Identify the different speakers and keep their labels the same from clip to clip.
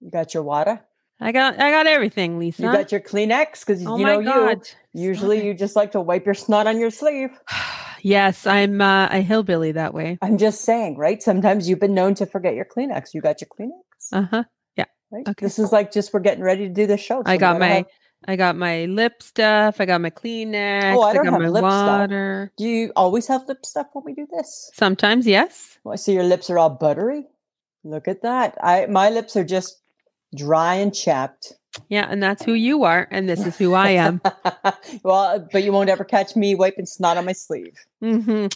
Speaker 1: You got your water.
Speaker 2: I got I got everything, Lisa.
Speaker 1: You got your Kleenex because
Speaker 2: oh
Speaker 1: you
Speaker 2: my
Speaker 1: know
Speaker 2: god.
Speaker 1: you usually
Speaker 2: Stop
Speaker 1: you just like to wipe your snot on your sleeve.
Speaker 2: it. Yes, I'm uh, a hillbilly that way.
Speaker 1: I'm just saying, right? Sometimes you've been known to forget your Kleenex. You got your Kleenex.
Speaker 2: Uh-huh.
Speaker 1: right?
Speaker 2: okay.
Speaker 1: This is like just we're getting ready to do the show.
Speaker 2: I
Speaker 1: so we
Speaker 2: got
Speaker 1: gotta
Speaker 2: my
Speaker 1: have-
Speaker 2: I got my lip stuff, I got my Kleenex,
Speaker 1: Oh, I don't
Speaker 2: got
Speaker 1: have
Speaker 2: my
Speaker 1: lip stuff.
Speaker 2: water.
Speaker 1: do you always have lip stuff when we do this?
Speaker 2: Sometimes, yes.
Speaker 1: Well, I see your lips are all buttery. Look at that. I my lips are just dry and chapped.
Speaker 2: Yeah, and that's who you are and this is who I am.
Speaker 1: well, but you won't ever catch me wiping snot on my sleeve,
Speaker 2: hmm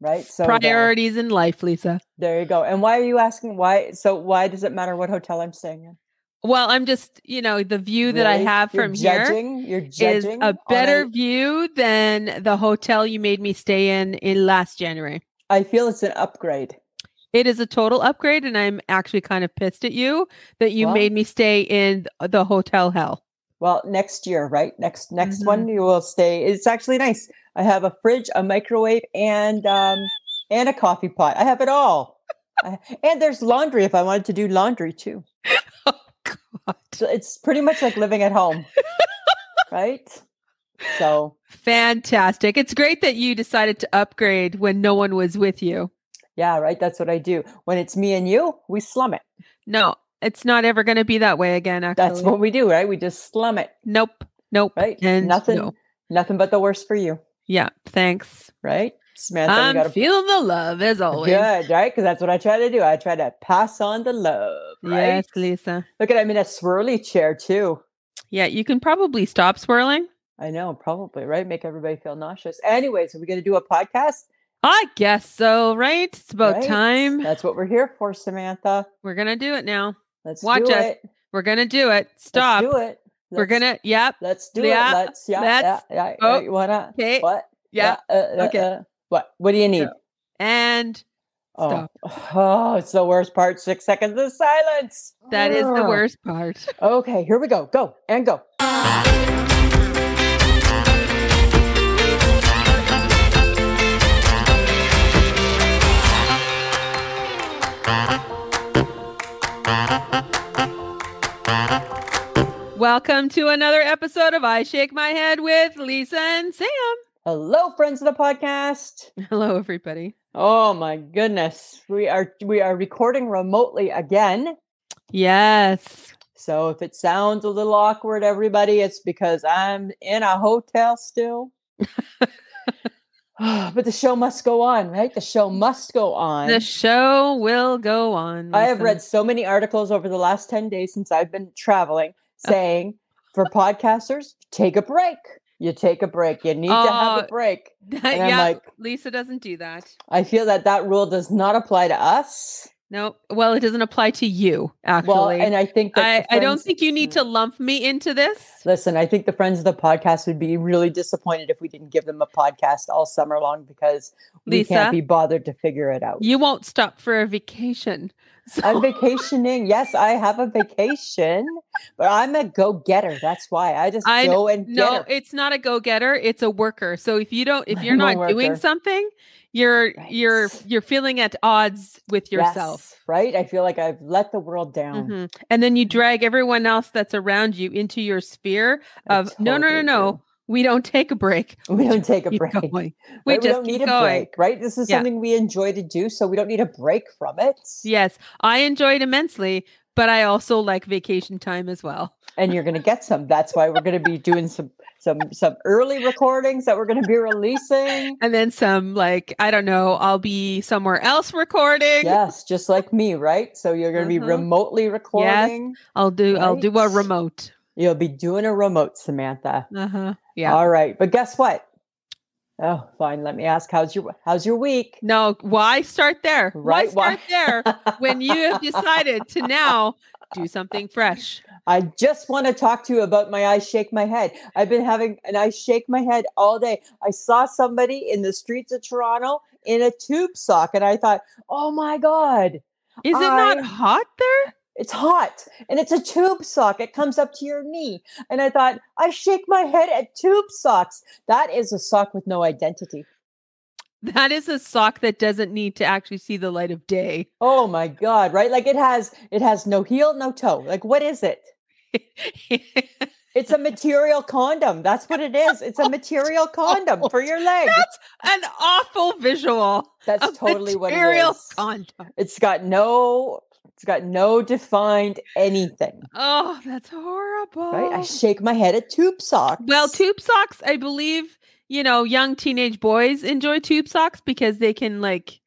Speaker 1: right? So uh, there-
Speaker 2: Priorities in life, Lisa.
Speaker 1: there you go. And why are you asking why? So why does it matter what hotel I'm staying in?
Speaker 2: Well, I'm just, you know, the view that I
Speaker 1: Really?
Speaker 2: have
Speaker 1: You're
Speaker 2: from here
Speaker 1: judging, You're
Speaker 2: is
Speaker 1: judging on
Speaker 2: a better view than the hotel you made me stay in in last January.
Speaker 1: I feel it's an upgrade.
Speaker 2: It is a total upgrade, and I'm actually kind of pissed at you that you
Speaker 1: Well-
Speaker 2: made me stay in the hotel hell.
Speaker 1: Well, next year, right? Next next
Speaker 2: Mm-hmm.
Speaker 1: one you will stay. It's actually nice. I have a fridge, a microwave, and um and a coffee pot. I have it all. I- and there's laundry if I wanted to do laundry too.
Speaker 2: God.
Speaker 1: So it's pretty much like living at home. right? So
Speaker 2: Fantastic. It's great that you decided to upgrade when no one was with you.
Speaker 1: yeah, right. That's what I do. When it's me and you, we slum it.
Speaker 2: No, it's not ever going to be that way again, actually.
Speaker 1: That's what we do, right? We just slum it,
Speaker 2: Nope. Nope.
Speaker 1: right?
Speaker 2: And
Speaker 1: nothing
Speaker 2: no.
Speaker 1: nothing but the worst for you,
Speaker 2: Yeah. Thanks.
Speaker 1: right? Samantha, we
Speaker 2: I'm
Speaker 1: gotta
Speaker 2: feeling the love as always.
Speaker 1: Good, right? Because that's what I try to do. I try to pass on the love. Right?
Speaker 2: Yes, Lisa.
Speaker 1: Look at I'm in a swirly chair too.
Speaker 2: Yeah, you can probably stop swirling.
Speaker 1: I know, probably, right? Make everybody feel nauseous. Anyways, are we gonna do a podcast?
Speaker 2: I guess so, right? It's about
Speaker 1: Right?
Speaker 2: time.
Speaker 1: That's what we're here for, Samantha.
Speaker 2: We're going to do it now.
Speaker 1: Let's
Speaker 2: Watch
Speaker 1: do
Speaker 2: us.
Speaker 1: it.
Speaker 2: We're going to do it. Stop.
Speaker 1: Let's do it.
Speaker 2: We're
Speaker 1: Let's-
Speaker 2: going to, yep.
Speaker 1: let's do
Speaker 2: Yeah,
Speaker 1: it. Let's yeah,
Speaker 2: let's-
Speaker 1: yeah, yeah,
Speaker 2: oh,
Speaker 1: yeah, you wanna
Speaker 2: Okay.
Speaker 1: what?
Speaker 2: Yeah.
Speaker 1: Uh, uh,
Speaker 2: okay.
Speaker 1: uh, what? What do you need?
Speaker 2: And
Speaker 1: Oh. oh, it's the worst part. Six seconds of silence.
Speaker 2: that is the
Speaker 1: Ugh.
Speaker 2: worst part.
Speaker 1: Okay, here we go. Go and go.
Speaker 2: Welcome to another episode of I Shake My Head with Lisa and Sam.
Speaker 1: Hello, friends of the podcast.
Speaker 2: Hello, everybody.
Speaker 1: Oh my goodness. We are we are recording remotely again.
Speaker 2: Yes.
Speaker 1: So if it sounds a little awkward everybody, it's because I'm in a hotel still. but the show must go on, right? The show must go on.
Speaker 2: The show will go on.
Speaker 1: I have
Speaker 2: Lisa.
Speaker 1: read so many articles over the last 10 days since I've been traveling
Speaker 2: Uh-huh.
Speaker 1: saying for podcasters, take a break. You take a break. You need to have
Speaker 2: Oh,
Speaker 1: a break. And I'm
Speaker 2: yeah,
Speaker 1: like,
Speaker 2: Lisa doesn't do that.
Speaker 1: I feel that that rule does not apply to us.
Speaker 2: No, well, it doesn't apply to you, actually.
Speaker 1: Well, and I think that
Speaker 2: I,
Speaker 1: the
Speaker 2: I don't
Speaker 1: friends- Mm.
Speaker 2: think you need to lump me into this.
Speaker 1: Listen, I think the friends of the podcast would be really disappointed if we didn't give them a podcast all summer long because we
Speaker 2: Lisa?
Speaker 1: can't be bothered to figure it out.
Speaker 2: You won't stop for a vacation. So,
Speaker 1: I'm vacationing. Yes, I have a vacation, but I'm a go getter. That's why I just
Speaker 2: I-
Speaker 1: go and
Speaker 2: no,
Speaker 1: get her.
Speaker 2: it's not a go-getter, it's a worker. So if you don't if you're
Speaker 1: I'm a
Speaker 2: not doing
Speaker 1: worker.
Speaker 2: something, you're
Speaker 1: Right.
Speaker 2: you're you're feeling at odds with yourself.
Speaker 1: Yes, right? I feel like I've let the world down.
Speaker 2: Mhm. And then you drag everyone else that's around you into your sphere.
Speaker 1: I
Speaker 2: Of, "No, no, no, no,
Speaker 1: do.
Speaker 2: We don't take a break.
Speaker 1: We don't take a
Speaker 2: Keep
Speaker 1: break.
Speaker 2: going.
Speaker 1: right?
Speaker 2: We just
Speaker 1: don't
Speaker 2: keep
Speaker 1: need a
Speaker 2: going.
Speaker 1: break, right? This is
Speaker 2: Yeah.
Speaker 1: something we enjoy to do, so we don't need a break from it.
Speaker 2: Yes, I enjoy it immensely, but I also like vacation time as well.
Speaker 1: and you're going to get some. That's why we're going to be doing some some some early recordings that we're going to be releasing.
Speaker 2: And then some like I don't know, I'll be somewhere else recording.
Speaker 1: Yes, just like me, right? So you're going to be
Speaker 2: Uh-huh.
Speaker 1: remotely recording.
Speaker 2: I'll do I'll do a
Speaker 1: Right.
Speaker 2: remote.
Speaker 1: You'll be doing a remote, Samantha.
Speaker 2: Uh-huh. Yeah.
Speaker 1: All right, but guess what? Oh, fine. Let me ask. How's your How's your week?
Speaker 2: no, why start there?
Speaker 1: Right,
Speaker 2: Why
Speaker 1: why-
Speaker 2: start there when you have decided to now do something fresh?
Speaker 1: I just want to talk to you about my I shake my head. I've been having an I shake my head all day. I saw somebody in the streets of Toronto in a tube sock, and I thought, oh my god,
Speaker 2: Is it
Speaker 1: I-
Speaker 2: not hot there?
Speaker 1: It's hot and it's a tube sock. It comes up to your knee. And I thought, I shake my head at tube socks. That is a sock with no identity.
Speaker 2: That is a sock that doesn't need to actually see the light of day.
Speaker 1: Oh my god, right? Like it has it has no heel, no toe. Like what is it? It's a material condom. That's what it is. It's a material condom for your leg.
Speaker 2: That's an awful visual.
Speaker 1: That's
Speaker 2: A
Speaker 1: totally what it
Speaker 2: material
Speaker 1: is.
Speaker 2: condom.
Speaker 1: it's got no it's got no defined anything.
Speaker 2: Oh, that's horrible.
Speaker 1: Right? I shake my head at tube socks.
Speaker 2: Oh. well, tube socks, I believe, you know, young teenage boys enjoy tube socks because they can like,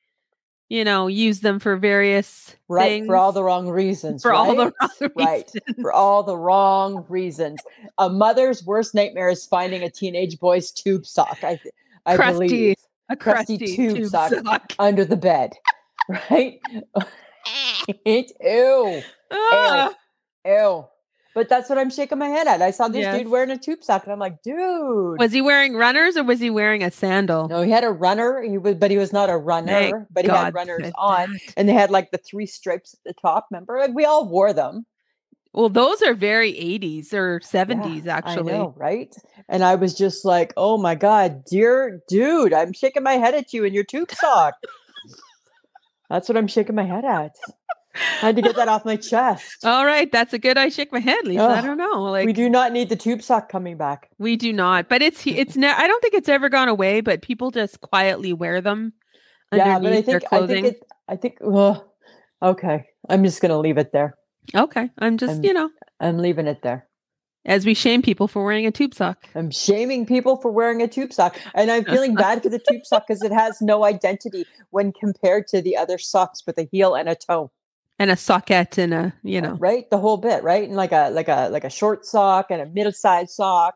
Speaker 2: you know, use them for various
Speaker 1: right
Speaker 2: things.
Speaker 1: for all the wrong reasons.
Speaker 2: for all the
Speaker 1: right?
Speaker 2: wrong
Speaker 1: Right.
Speaker 2: reasons.
Speaker 1: for all the wrong reasons. A mother's worst nightmare is finding a teenage boy's tube sock. I, th- I
Speaker 2: Crusty.
Speaker 1: believe
Speaker 2: A
Speaker 1: crusty
Speaker 2: crusty,
Speaker 1: tube
Speaker 2: tube,
Speaker 1: sock.
Speaker 2: sock.
Speaker 1: under the bed, right? It ew,
Speaker 2: Ah,
Speaker 1: ew. But that's what I'm shaking my head at. I saw this
Speaker 2: Yes.
Speaker 1: dude wearing a tube sock, and I'm like, dude.
Speaker 2: was he wearing runners or was he wearing a sandal?
Speaker 1: no, he had a runner. He was, but he was not a runner.
Speaker 2: Thank
Speaker 1: but he had
Speaker 2: God
Speaker 1: runners
Speaker 2: for
Speaker 1: on,
Speaker 2: that.
Speaker 1: and they had like the three stripes at the top. Remember, like we all wore them.
Speaker 2: Well, those are very 80s or 70s,
Speaker 1: Yeah,
Speaker 2: actually.
Speaker 1: I know, right? And I was just like, oh my God, dear dude, I'm shaking my head at you in your tube sock. That's what I'm shaking my head at. I had to get that off my chest.
Speaker 2: All right, that's a good. I shake my head, Lisa. I
Speaker 1: Ugh,
Speaker 2: don't know. Oh, Like
Speaker 1: we
Speaker 2: we do,
Speaker 1: do not need the tube sock coming back.
Speaker 2: not, but it's it's ne- I don't think it's ever gone away. But people just quietly wear them
Speaker 1: Yeah,
Speaker 2: underneath
Speaker 1: but I
Speaker 2: their
Speaker 1: think I
Speaker 2: clothing.
Speaker 1: think it I think ugh, okay. I'm just gonna leave it there.
Speaker 2: okay, I'm just
Speaker 1: I'm-
Speaker 2: you know
Speaker 1: I'm leaving it there.
Speaker 2: as we shame people for wearing a tube sock.
Speaker 1: I'm shaming people for wearing a tube sock. And I'm feeling bad for the tube sock because it has no identity when compared to the other socks with a heel and a toe.
Speaker 2: and a socket and a you know
Speaker 1: right the whole bit right and like a like a like a short sock and a middle-sized sock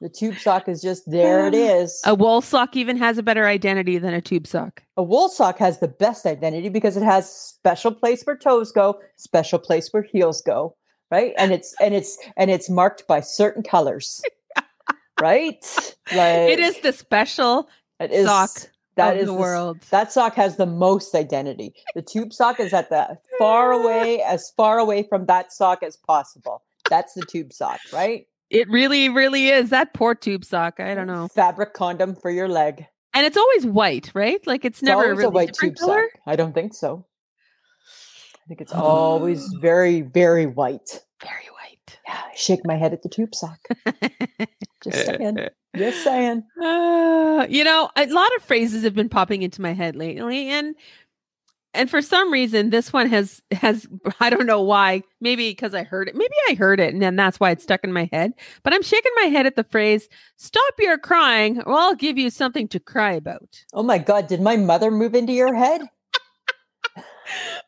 Speaker 1: the tube sock is just there it is
Speaker 2: a wool sock even has a better identity than a tube sock.
Speaker 1: a wool sock has the best identity because it has special place where toes go special place where heels go right and it's and it's and it's marked by certain colors right like
Speaker 2: It is the special
Speaker 1: it
Speaker 2: sock
Speaker 1: that
Speaker 2: of
Speaker 1: is
Speaker 2: the
Speaker 1: s-
Speaker 2: world.
Speaker 1: that sock has the most identity the tube sock is at the far away as far away from that sock as possible that's the tube sock right
Speaker 2: it really, really is that poor tube sock. I don't know.
Speaker 1: Fabric condom for your leg. It's
Speaker 2: And it's always white, right? Like it's, never
Speaker 1: always
Speaker 2: really
Speaker 1: a white
Speaker 2: different
Speaker 1: tube
Speaker 2: color.
Speaker 1: sock. I don't think so. I think it's always very, very white.
Speaker 2: Very white.
Speaker 1: Yeah, I shake my head at the tube sock. Just saying. Just saying.
Speaker 2: Uh, you know, a lot of phrases have been popping into my head lately, and and for some reason, this one has has I don't know why. Maybe because I heard it. Maybe I heard it, and then that's why it's stuck in my head. But I'm shaking my head at the phrase "Stop your crying, or I'll give you something to cry about."
Speaker 1: Oh my God, did my mother move into your head?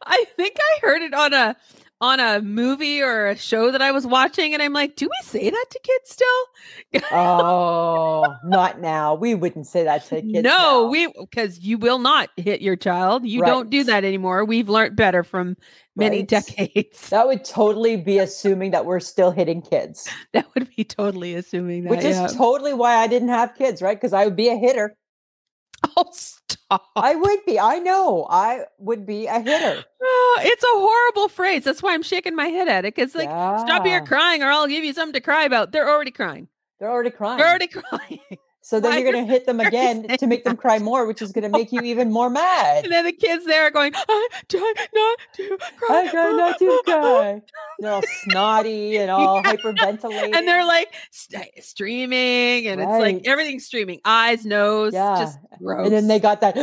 Speaker 2: I think I heard it on a on a movie or a show that I was watching, and I'm like, "Do we say that to kids still?"
Speaker 1: Oh, not now. We wouldn't say that to kids.
Speaker 2: no
Speaker 1: now.
Speaker 2: we because you will not hit your child you don't do
Speaker 1: Right.
Speaker 2: that anymore we've learned better from many
Speaker 1: Right.
Speaker 2: decades
Speaker 1: That would totally be assuming that we're still hitting kids,
Speaker 2: that would be totally assuming that
Speaker 1: which is
Speaker 2: yeah.
Speaker 1: totally why I didn't have kids, right? Because I would be a hitter.
Speaker 2: oh stop
Speaker 1: I would be. I know. I would be a hitter.
Speaker 2: Oh, it's a horrible phrase that's why i'm shaking my head at it because like stop
Speaker 1: Yeah.
Speaker 2: your crying or i'll give you something to cry about they're already crying
Speaker 1: They're already crying.
Speaker 2: they're already crying
Speaker 1: so then
Speaker 2: why
Speaker 1: you're going to hit them
Speaker 2: you're
Speaker 1: again to
Speaker 2: saying
Speaker 1: make them cry more, which is going to make you even more mad.
Speaker 2: and then the kids there are going i try not to cry
Speaker 1: I try not to cry. They're all snotty and all hyperventilating.
Speaker 2: and they're like st- streaming and it's
Speaker 1: Right.
Speaker 2: like everything's streaming eyes nose
Speaker 1: Yeah.
Speaker 2: just gross
Speaker 1: and then they got that.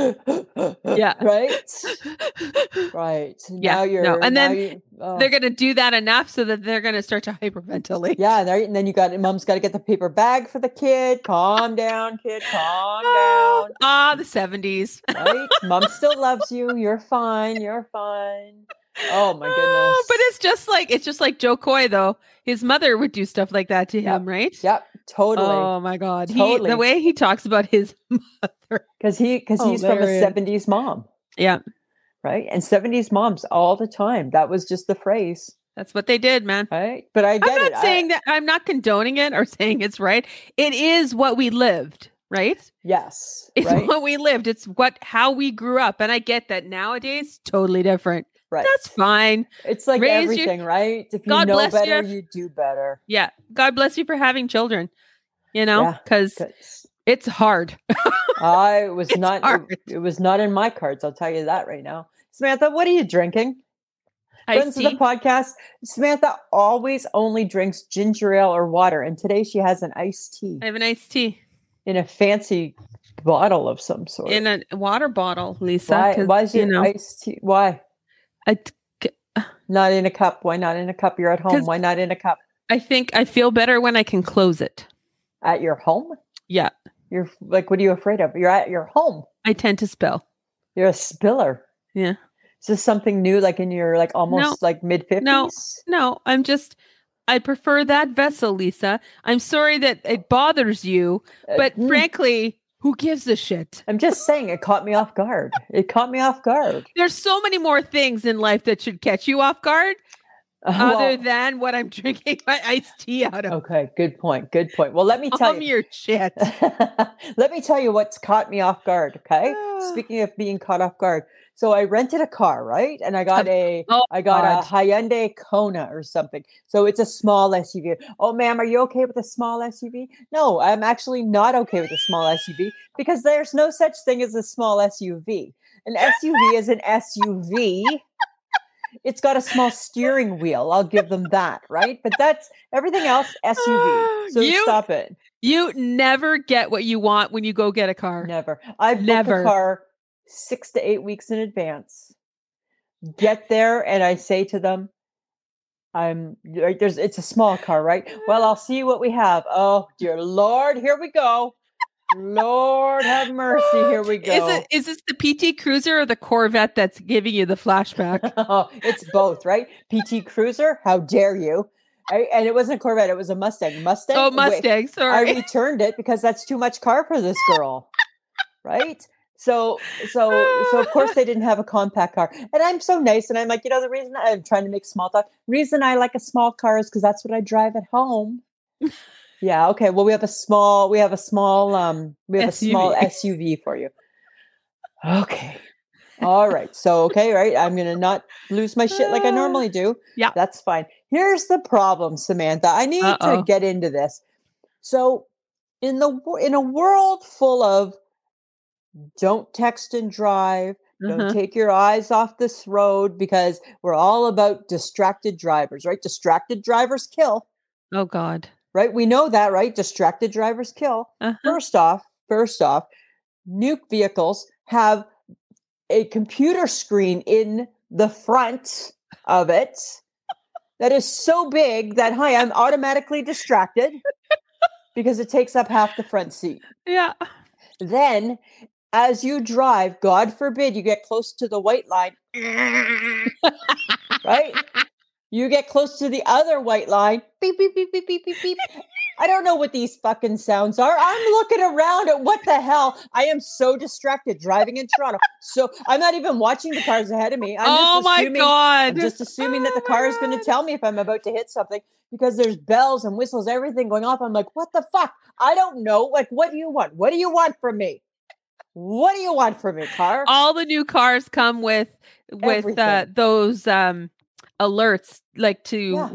Speaker 2: Yeah.
Speaker 1: Right. Right.
Speaker 2: Yeah,
Speaker 1: Now
Speaker 2: no,
Speaker 1: you're.
Speaker 2: and
Speaker 1: now
Speaker 2: then
Speaker 1: you- oh.
Speaker 2: they're going to do that enough so that they're going to start to hyperventilate.
Speaker 1: Yeah, and, there- and then you got mom's got to get the paper bag for the kid. Calm down, kid. Calm
Speaker 2: Ah,
Speaker 1: down.
Speaker 2: ah, the 70s.
Speaker 1: Right? Mom still loves you. You're fine. You're fine. Oh my
Speaker 2: Ah,
Speaker 1: goodness.
Speaker 2: but it's just like it's just like Joe Coy though. His mother would do stuff like that to him, right?
Speaker 1: Yep, totally.
Speaker 2: Oh my god. He,
Speaker 1: Totally.
Speaker 2: the way he talks about his
Speaker 1: Because he because he's from a
Speaker 2: hilarious.
Speaker 1: '70s mom,
Speaker 2: Yeah.
Speaker 1: right? And '70s moms all the time. That was just the phrase,
Speaker 2: That's what they did, man.
Speaker 1: right? But I get
Speaker 2: I'm not
Speaker 1: it. I-
Speaker 2: saying that I'm not condoning it or saying it's right. It is what we lived, right?
Speaker 1: yes,
Speaker 2: It's
Speaker 1: right,
Speaker 2: what we lived. It's what how we grew up. And I get that nowadays totally different.
Speaker 1: right.
Speaker 2: That's fine.
Speaker 1: it's like
Speaker 2: raise your-
Speaker 1: everything, right? If you
Speaker 2: God
Speaker 1: know
Speaker 2: bless
Speaker 1: better,
Speaker 2: you.
Speaker 1: you do better.
Speaker 2: Yeah. God bless you for having children. You
Speaker 1: Yeah,
Speaker 2: know, because
Speaker 1: 'Cause-
Speaker 2: It's hard.
Speaker 1: I was not.
Speaker 2: hard.
Speaker 1: It, it was not in my cards. I'll tell you that right now. Samantha, what are you drinking?
Speaker 2: I
Speaker 1: Friends of
Speaker 2: see.
Speaker 1: the podcast. Samantha always only drinks ginger ale or water, and today she has an iced tea
Speaker 2: I have an iced tea
Speaker 1: in a fancy bottle of some sort.
Speaker 2: in a water bottle, Lisa.
Speaker 1: why?
Speaker 2: 'cause,
Speaker 1: Why is
Speaker 2: you
Speaker 1: your
Speaker 2: know,
Speaker 1: iced tea? Why
Speaker 2: I,
Speaker 1: not in a cup? Why not in a cup? You're at home.
Speaker 2: 'Cause-
Speaker 1: Why not in a cup
Speaker 2: I think I feel better when I can close it.
Speaker 1: at your home?
Speaker 2: Yeah,
Speaker 1: You're like, what are you afraid of? You're at your home.
Speaker 2: I tend to spill.
Speaker 1: You're a spiller.
Speaker 2: Yeah.
Speaker 1: Is this something new? Like in your like almost like mid fifties?
Speaker 2: No. No, I'm just. I prefer that vessel, Lisa. I'm sorry that it bothers you,
Speaker 1: Uh,
Speaker 2: but
Speaker 1: mm.
Speaker 2: frankly, who gives a shit?
Speaker 1: I'm just saying it caught me off guard. It caught me off guard.
Speaker 2: There's so many more things in life that should catch you off guard other
Speaker 1: Oh, Well,
Speaker 2: than what I'm drinking my iced tea out of.
Speaker 1: okay, good point. Good point. Well, let me tell
Speaker 2: Calm
Speaker 1: you.
Speaker 2: your shit.
Speaker 1: Let me tell you what's caught me off guard. Okay. Speaking of being caught off guard, so I rented a car, right? And I got
Speaker 2: Of-
Speaker 1: a, I
Speaker 2: oh,
Speaker 1: got
Speaker 2: God.
Speaker 1: a Hyundai Kona or something. So it's a small SUV. Oh, ma'am, are you okay with a small SUV? No, I'm actually not okay with a small SUV because there's no such thing as a small SUV. An SUV is an SUV. It's got a small steering wheel. I'll give them that, right? But that's everything else
Speaker 2: Ah,
Speaker 1: SUV. So
Speaker 2: you-
Speaker 1: stop it.
Speaker 2: You never get what you want when you go get a car.
Speaker 1: Never. I booked
Speaker 2: Never.
Speaker 1: a car six to eight weeks in advance. Get there, and I say to them, "I'm right, there's. It's a small car, right? Well, I'll see what we have. Oh dear Lord, here we go. Lord have mercy, here we go.
Speaker 2: Is it is this the PT Cruiser or the Corvette that's giving you the flashback? Oh,
Speaker 1: it's both, right? PT Cruiser, how dare you? I, and it wasn't a Corvette; it was a Mustang. Mustang.
Speaker 2: oh,
Speaker 1: wait,
Speaker 2: Mustang.
Speaker 1: I
Speaker 2: Sorry.
Speaker 1: returned it because that's too much car for this girl. right? So so so of course they didn't have a compact car. And I'm so nice and I'm like, you know, the reason I'm trying to make small talk. Reason I like a small car is because that's what I drive at home. yeah, okay. Well we have a small we have a small um we have a small
Speaker 2: SUV.
Speaker 1: SUV for you. Okay. All right. So okay, right. I'm gonna not lose my shit like I normally do.
Speaker 2: Yeah.
Speaker 1: That's fine. Here's the problem, Samantha. I need
Speaker 2: Uh-oh.
Speaker 1: to get into this. So in the wo- in a world full of don't text and drive,
Speaker 2: Uh-huh.
Speaker 1: don't take your eyes off this road because we're all about distracted drivers, right? Distracted drivers kill,
Speaker 2: Oh God.
Speaker 1: right? We know that, right? Distracted drivers kill.
Speaker 2: Uh-huh.
Speaker 1: First off, first off, nuke vehicles have a computer screen in the front of it that is so big that hi, I'm automatically distracted because it takes up half the front seat.
Speaker 2: Yeah.
Speaker 1: Then as you drive, God forbid you get close to the white line, right? You get close to the other white line. Beep, beep, beep, beep, beep, beep, beep. I don't know what these fucking sounds are. I'm looking around at what the hell. I am so distracted driving in Toronto. So I'm not even watching the cars ahead of me. I'm
Speaker 2: oh
Speaker 1: just
Speaker 2: my
Speaker 1: assuming,
Speaker 2: God.
Speaker 1: I'm just assuming that the
Speaker 2: Oh my
Speaker 1: car is going
Speaker 2: God.
Speaker 1: to tell me if I'm about to hit something because there's bells and whistles, everything going off. I'm like, what the fuck? I don't know. Like, what do you want? What do you want from me? What do you want from me, car?
Speaker 2: All the new cars come with with uh,
Speaker 1: Everything.
Speaker 2: those um alerts like to
Speaker 1: Yeah.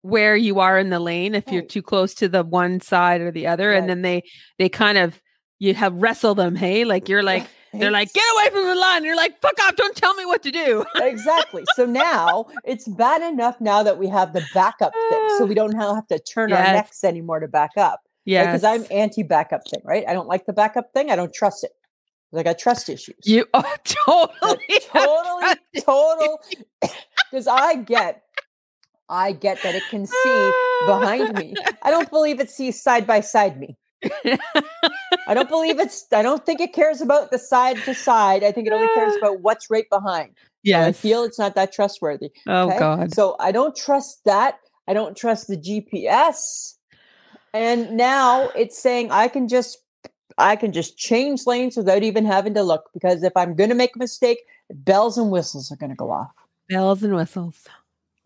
Speaker 2: where you are in the lane if you're
Speaker 1: Right.
Speaker 2: too close to the one side or the other
Speaker 1: Right.
Speaker 2: and then they they kind of you have wrestle them hey like you're like they're like get away from the line and you're like fuck off don't tell me what to do
Speaker 1: exactly. So now it's bad enough now that we have the backup thing, so we don't have to turn our
Speaker 2: Ah. Yes.
Speaker 1: necks anymore to back up.
Speaker 2: yeah
Speaker 1: Because I'm anti backup thing, right? I don't like the backup thing. I don't trust it. Like I got trust issues.
Speaker 2: you oh,
Speaker 1: Like,
Speaker 2: totally have
Speaker 1: totally, total. Because I get, I get that it can see behind me. I don't believe it sees side by side me. I don't believe it's. I don't think it cares about the side to side. I think it only cares about what's right behind. And I
Speaker 2: yes
Speaker 1: feel it's not that trustworthy.
Speaker 2: oh
Speaker 1: okay?
Speaker 2: god
Speaker 1: So I don't trust that. I don't trust the GPS. And now it's saying I can just I can just change lanes without even having to look because if I'm going to make a mistake, bells and whistles are going to go off.
Speaker 2: bells and whistles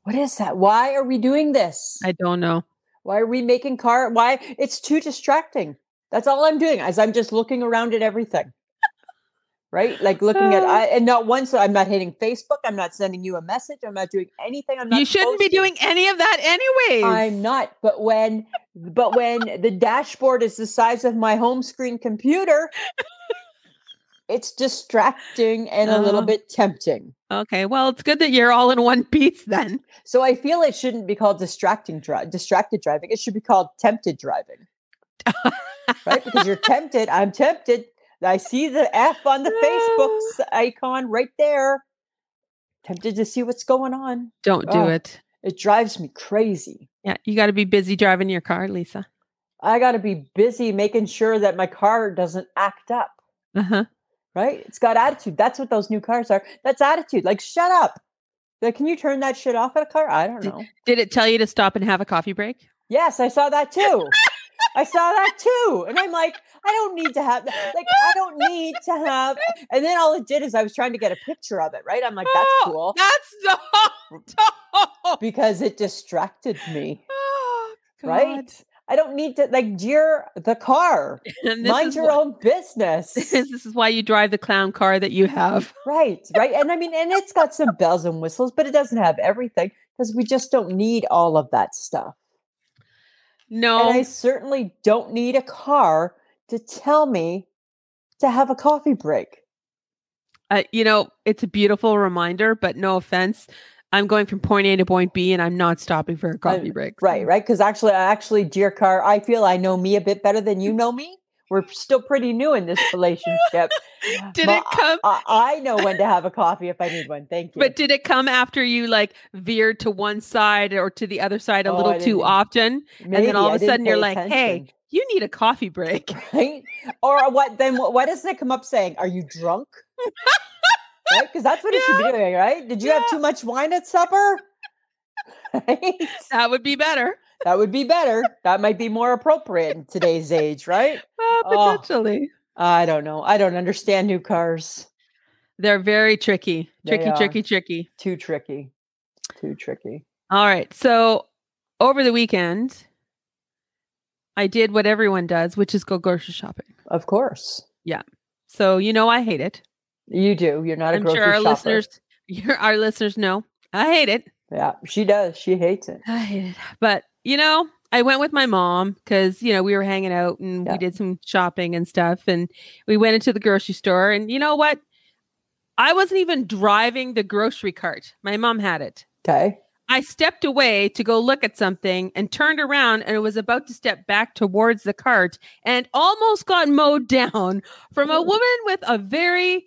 Speaker 1: What is that? Why are we doing this?
Speaker 2: i don't know
Speaker 1: Why are we making car? Why it's too distracting. That's all I'm doing as I'm just looking around at everything. Right? Like looking at
Speaker 2: Uh.
Speaker 1: I and not once I'm not hitting Facebook. I'm not sending you a message. I'm not doing anything. I'm not
Speaker 2: you shouldn't be
Speaker 1: posting.
Speaker 2: doing any of that anyways
Speaker 1: I'm not. But when But when the dashboard is the size of my home screen computer, it's distracting and a little
Speaker 2: Oh.
Speaker 1: bit tempting.
Speaker 2: Okay. Well, it's good that you're all in one piece then.
Speaker 1: So I feel it shouldn't be called distracting dri- distracted driving. It should be called tempted driving. right? Because you're tempted. I'm tempted. I see the F on the Facebook's icon right there. Tempted to see what's going on.
Speaker 2: Don't do
Speaker 1: Oh.
Speaker 2: it.
Speaker 1: It drives me crazy.
Speaker 2: Yeah. You got to be busy driving your car, Lisa.
Speaker 1: I got to be busy making sure that my car doesn't act up,
Speaker 2: Uh huh.
Speaker 1: right? It's got attitude. That's what those new cars are. That's attitude. Like, shut up. Like, can you turn that shit off at a car? I don't
Speaker 2: Did-
Speaker 1: know.
Speaker 2: Did it tell you to stop and have a coffee break?
Speaker 1: Yes, I saw that too. I saw that too. And I'm like, I don't need to have that. Like, I don't need to have. And then all it did is I was trying to get a picture of it, right? I'm like, that's
Speaker 2: Oh,
Speaker 1: cool
Speaker 2: That's so.
Speaker 1: because it distracted me,
Speaker 2: Oh, God.
Speaker 1: right? I don't need to, like, dear the car,
Speaker 2: And this
Speaker 1: mind
Speaker 2: is
Speaker 1: your
Speaker 2: why-
Speaker 1: own business.
Speaker 2: this is why you drive the clown car that you have.
Speaker 1: right, right. And I mean, and it's got some bells and whistles, but it doesn't have everything because we just don't need all of that stuff.
Speaker 2: No.
Speaker 1: And
Speaker 2: Um,
Speaker 1: I certainly don't need a car to tell me to have a coffee break.
Speaker 2: uh, you know, it's a beautiful reminder, but no offense. I'm going from point A to point B and I'm not stopping for a coffee break.
Speaker 1: Right, right. Because actually, actually, dear car, I feel I know me a bit better than you know me. We're still pretty new in this relationship.
Speaker 2: Did
Speaker 1: Ma-
Speaker 2: it come?
Speaker 1: I, I know when to have a coffee if I need one. Thank you.
Speaker 2: But did it come after you like veered to one side or to the other side a
Speaker 1: Oh, I
Speaker 2: little
Speaker 1: didn't
Speaker 2: too
Speaker 1: even-
Speaker 2: often? then
Speaker 1: Maybe
Speaker 2: all of
Speaker 1: I
Speaker 2: a
Speaker 1: didn't
Speaker 2: sudden you're
Speaker 1: pay
Speaker 2: like, hey,
Speaker 1: attention,
Speaker 2: You need a coffee break.
Speaker 1: right? Or what? Then what, why does it come up saying, "Are you drunk?" right? Because that's what it should be doing, right? Did you have
Speaker 2: Yeah.
Speaker 1: too much wine at supper? Right?
Speaker 2: That would be better.
Speaker 1: That would be better. That might be more appropriate in today's age, right?
Speaker 2: Uh,
Speaker 1: Oh.
Speaker 2: potentially.
Speaker 1: I don't know. I don't understand new cars.
Speaker 2: They're very tricky.
Speaker 1: They
Speaker 2: Tricky,
Speaker 1: are.
Speaker 2: tricky, tricky.
Speaker 1: Too tricky. Too tricky.
Speaker 2: All right. So over the weekend, I did what everyone does, which is go grocery shopping.
Speaker 1: Of course.
Speaker 2: So you know I hate it.
Speaker 1: You do. You're not a
Speaker 2: I'm
Speaker 1: grocery
Speaker 2: sure our
Speaker 1: shopper.
Speaker 2: listeners, your, our listeners know I hate it.
Speaker 1: Yeah, she does. She hates it.
Speaker 2: I hate it. But you know, I went with my mom because you know we were hanging out and
Speaker 1: Yeah.
Speaker 2: we did some shopping and stuff, and we went into the grocery store. And you know what? I wasn't even driving the grocery cart. My mom had it.
Speaker 1: Okay.
Speaker 2: I stepped away to go look at something and turned around and was about to step back towards the cart and almost got mowed down from a
Speaker 1: Ooh.
Speaker 2: woman with a very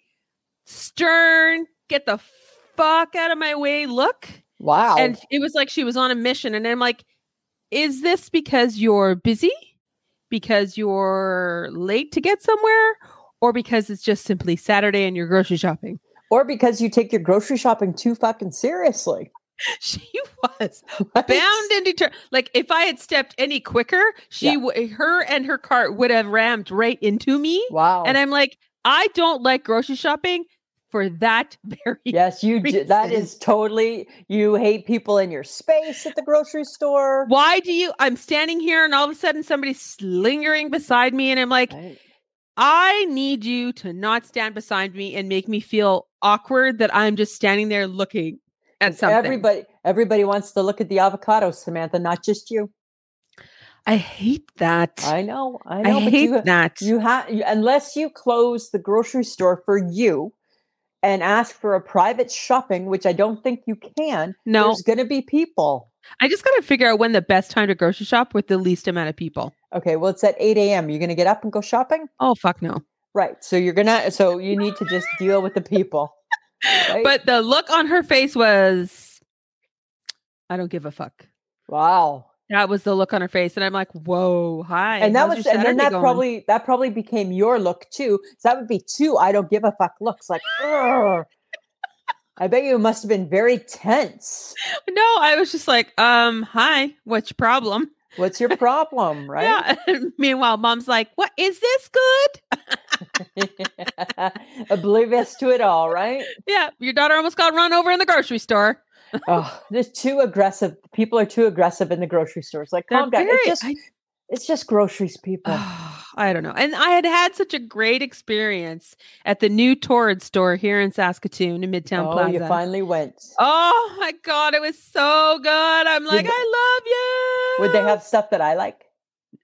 Speaker 2: stern, get the fuck out of my way look.
Speaker 1: Wow.
Speaker 2: And it was like she was on a mission. And I'm like, is this because you're busy? Because you're late to get somewhere? Or because it's just simply Saturday and you're grocery shopping?
Speaker 1: or because you take your grocery shopping too fucking seriously.
Speaker 2: She was
Speaker 1: right?
Speaker 2: bound and determined. Like if I had stepped any quicker, she,
Speaker 1: Yeah.
Speaker 2: w- her, and her cart would have rammed right into me.
Speaker 1: Wow.
Speaker 2: And I'm like, I don't like grocery shopping for that very.
Speaker 1: yes, you do. That
Speaker 2: reason.
Speaker 1: is totally you hate people in your space at the grocery store.
Speaker 2: Why do you? I'm standing here, and all of a sudden, somebody's lingering beside me, and I'm like,
Speaker 1: Right.
Speaker 2: I need you to not stand beside me and make me feel awkward that I'm just standing there looking at
Speaker 1: 'Cause
Speaker 2: something.
Speaker 1: Everybody everybody wants to look at the avocado, Samantha, not just you.
Speaker 2: I hate that. I,
Speaker 1: I know. I know. but
Speaker 2: hate
Speaker 1: you,
Speaker 2: that.
Speaker 1: You have unless you close the grocery store for you and ask for a private shopping, which I don't think you can.
Speaker 2: no,
Speaker 1: There's going to be people.
Speaker 2: I just got to figure out when the best time to grocery shop with the least amount of people.
Speaker 1: Okay, well it's at 8 a.m. You're going to get up and go shopping,
Speaker 2: Oh fuck no.
Speaker 1: right? So you're gonna. So you need to just deal with the people. right?
Speaker 2: But the look on her face was I don't give a fuck.
Speaker 1: wow,
Speaker 2: That was the look on her face. And I'm like, whoa, hi.
Speaker 1: and that
Speaker 2: how's
Speaker 1: was,
Speaker 2: your
Speaker 1: and then
Speaker 2: Saturday
Speaker 1: that
Speaker 2: going?"
Speaker 1: probably that probably became your look too. So that would be two. I don't give a fuck looks like. "Ugh." I bet you must have been very tense.
Speaker 2: No, I was just like, um, hi, what's your problem?
Speaker 1: What's your problem, right?
Speaker 2: Yeah. Meanwhile, mom's like, What is this good?
Speaker 1: oblivious to it all, right?
Speaker 2: Yeah, your daughter almost got run over in the grocery store.
Speaker 1: Oh, they're too aggressive. People are too aggressive in the grocery stores. Like,
Speaker 2: They're
Speaker 1: calm down.
Speaker 2: very-
Speaker 1: It's just,
Speaker 2: I-
Speaker 1: it's just groceries, people.
Speaker 2: I don't know. And I had had such a great experience at the new Torrid store here in Saskatoon in Midtown
Speaker 1: oh,
Speaker 2: Plaza.
Speaker 1: you finally went.
Speaker 2: Oh my god, it was so good. I'm like,
Speaker 1: they-
Speaker 2: I love you.
Speaker 1: Would they have stuff that I like?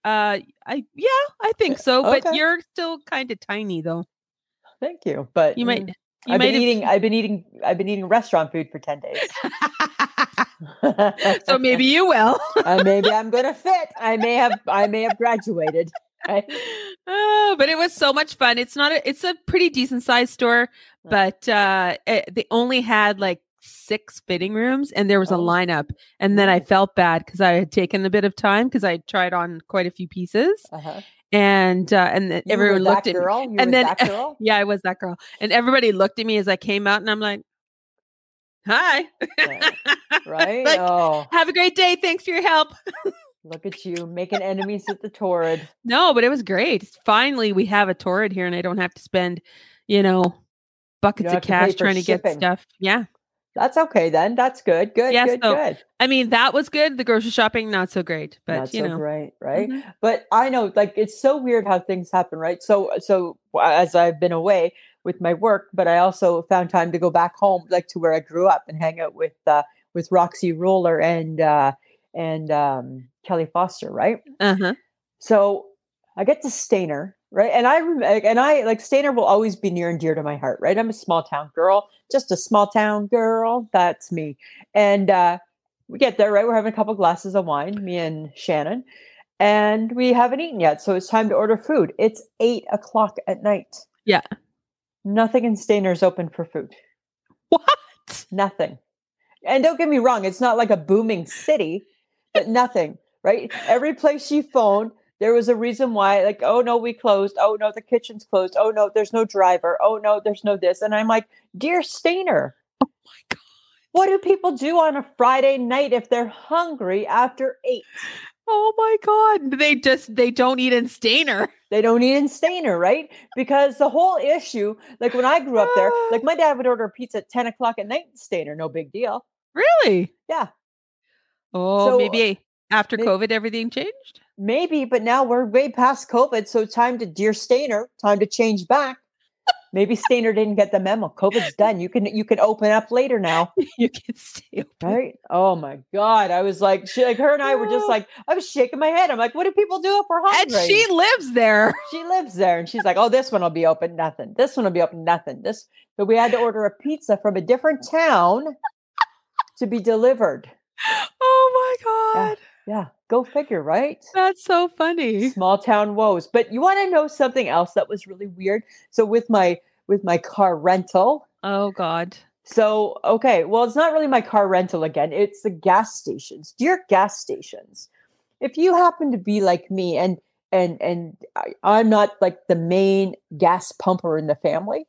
Speaker 2: Uh, I yeah, I think so. But
Speaker 1: Okay.
Speaker 2: you're still kind of tiny though.
Speaker 1: Thank you. But
Speaker 2: You might.
Speaker 1: mm,
Speaker 2: You
Speaker 1: I've
Speaker 2: might
Speaker 1: been
Speaker 2: have-
Speaker 1: eating. I've been eating. I've been eating restaurant food for ten days.
Speaker 2: so maybe you will.
Speaker 1: uh, maybe I'm gonna fit. I may have. I may have graduated. right?
Speaker 2: oh, but it was so much fun. It's not a. It's a pretty decent sized store,
Speaker 1: Yeah.
Speaker 2: but uh, it, they only had like six fitting rooms, and there was
Speaker 1: Oh.
Speaker 2: a lineup. And then I
Speaker 1: Ooh.
Speaker 2: felt bad because I had taken a bit of time because I tried on quite a few pieces,
Speaker 1: Uh-huh.
Speaker 2: and uh, and then
Speaker 1: You were
Speaker 2: everyone looked
Speaker 1: that
Speaker 2: at me.
Speaker 1: girl. You
Speaker 2: and
Speaker 1: were
Speaker 2: then-
Speaker 1: that girl.
Speaker 2: Yeah, I was that girl, and everybody looked at me as I came out, and I'm like, "Hi,
Speaker 1: Yeah, right.
Speaker 2: Like-
Speaker 1: oh,
Speaker 2: have a great day. Thanks for your help."
Speaker 1: look at you making enemies at the torrid.
Speaker 2: No, but it was great. Finally, we have a torrid here, and I don't have to spend, you know, buckets
Speaker 1: don't have
Speaker 2: of
Speaker 1: to pay
Speaker 2: cash
Speaker 1: for
Speaker 2: trying to get
Speaker 1: shipping.
Speaker 2: stuff. Yeah,
Speaker 1: That's okay then. That's good. Good.
Speaker 2: Yeah,
Speaker 1: good.
Speaker 2: so,
Speaker 1: good.
Speaker 2: I mean that was good. The grocery shopping, not so great, but
Speaker 1: Not
Speaker 2: you
Speaker 1: so
Speaker 2: know,
Speaker 1: great, right?
Speaker 2: Mhm.
Speaker 1: But I know, like, it's so weird how things happen, right? So, so uh, as I've been away with my work, but I also found time to go back home, like to where I grew up, and hang out with uh, with Roxy Ruler and uh, and um, Kelly Foster, right?
Speaker 2: uh-huh.
Speaker 1: So I get to Stainer, right? And I rem- like, and I like Stainer will always be near and dear to my heart, right? I'm a small town girl, just a small town girl. That's me. And uh, we get there, right? We're having a couple glasses of wine, me and Shannon, and we haven't eaten yet, so it's time to order food. It's eight o'clock at night.
Speaker 2: Yeah.
Speaker 1: nothing in Stainer's open for food.
Speaker 2: What?
Speaker 1: Nothing. And don't get me wrong, it's not like a booming city, but nothing, right? Every place she phoned, there was a reason why, like, oh no, we closed. Oh no, the kitchen's closed. Oh no, there's no driver. Oh no, there's no this. And I'm like, dear Stainer,
Speaker 2: Oh my god!
Speaker 1: what do people do on a Friday night if they're hungry after eight?
Speaker 2: Oh my god! They just they don't eat in Stainer.
Speaker 1: They don't eat in Stainer, right? Because the whole issue, like when I grew up there, like my dad would order a pizza at 10 o'clock at night in Stainer, no big deal.
Speaker 2: Really?
Speaker 1: Yeah.
Speaker 2: Oh,
Speaker 1: So,
Speaker 2: maybe after
Speaker 1: may-
Speaker 2: COVID, everything changed.
Speaker 1: Maybe, but now we're way past COVID, so time to dear Stainer, time to change back. Maybe Stainer didn't get the memo. COVID's done. You can you can open up later now,
Speaker 2: you can stay open.
Speaker 1: right? Oh my God! I was like, she, like her and I were just
Speaker 2: No.
Speaker 1: like, I was shaking my head. I'm like, what do people do if we're
Speaker 2: And
Speaker 1: hungry?
Speaker 2: she lives there.
Speaker 1: she lives there, and she's like, oh, this one will be open. Nothing. This one will be open. Nothing. This. But we had to order a pizza from a different town to be delivered.
Speaker 2: Oh my
Speaker 1: Yeah.
Speaker 2: god!
Speaker 1: Yeah, go figure, right?
Speaker 2: That's so funny.
Speaker 1: small town woes but you want to know something else that was really weird so with my with my car rental
Speaker 2: Oh god.
Speaker 1: so okay well it's not really my car rental again it's the gas stations dear gas stations if you happen to be like me and and and I, i'm not like the main gas pumper in the family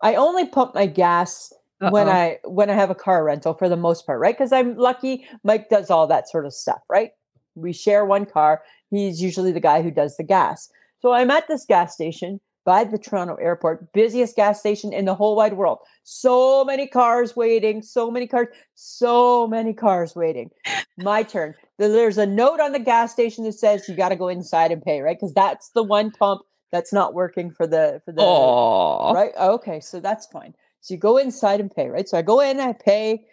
Speaker 1: i only pump my gas when
Speaker 2: Uh-oh.
Speaker 1: I when I have a car rental for the most part, right? Because I'm lucky. Mike does all that sort of stuff, right? We share one car. He's usually the guy who does the gas. So I'm at this gas station by the Toronto airport, busiest gas station in the whole wide world. So many cars waiting, so many cars, so many cars waiting. My turn. Then There's a note on the gas station that says you got to go inside and pay, right? Because that's the one pump that's not working for the for the
Speaker 2: Aw.
Speaker 1: right? Okay, so that's fine. So you go inside and pay, right? So I go in, I pay.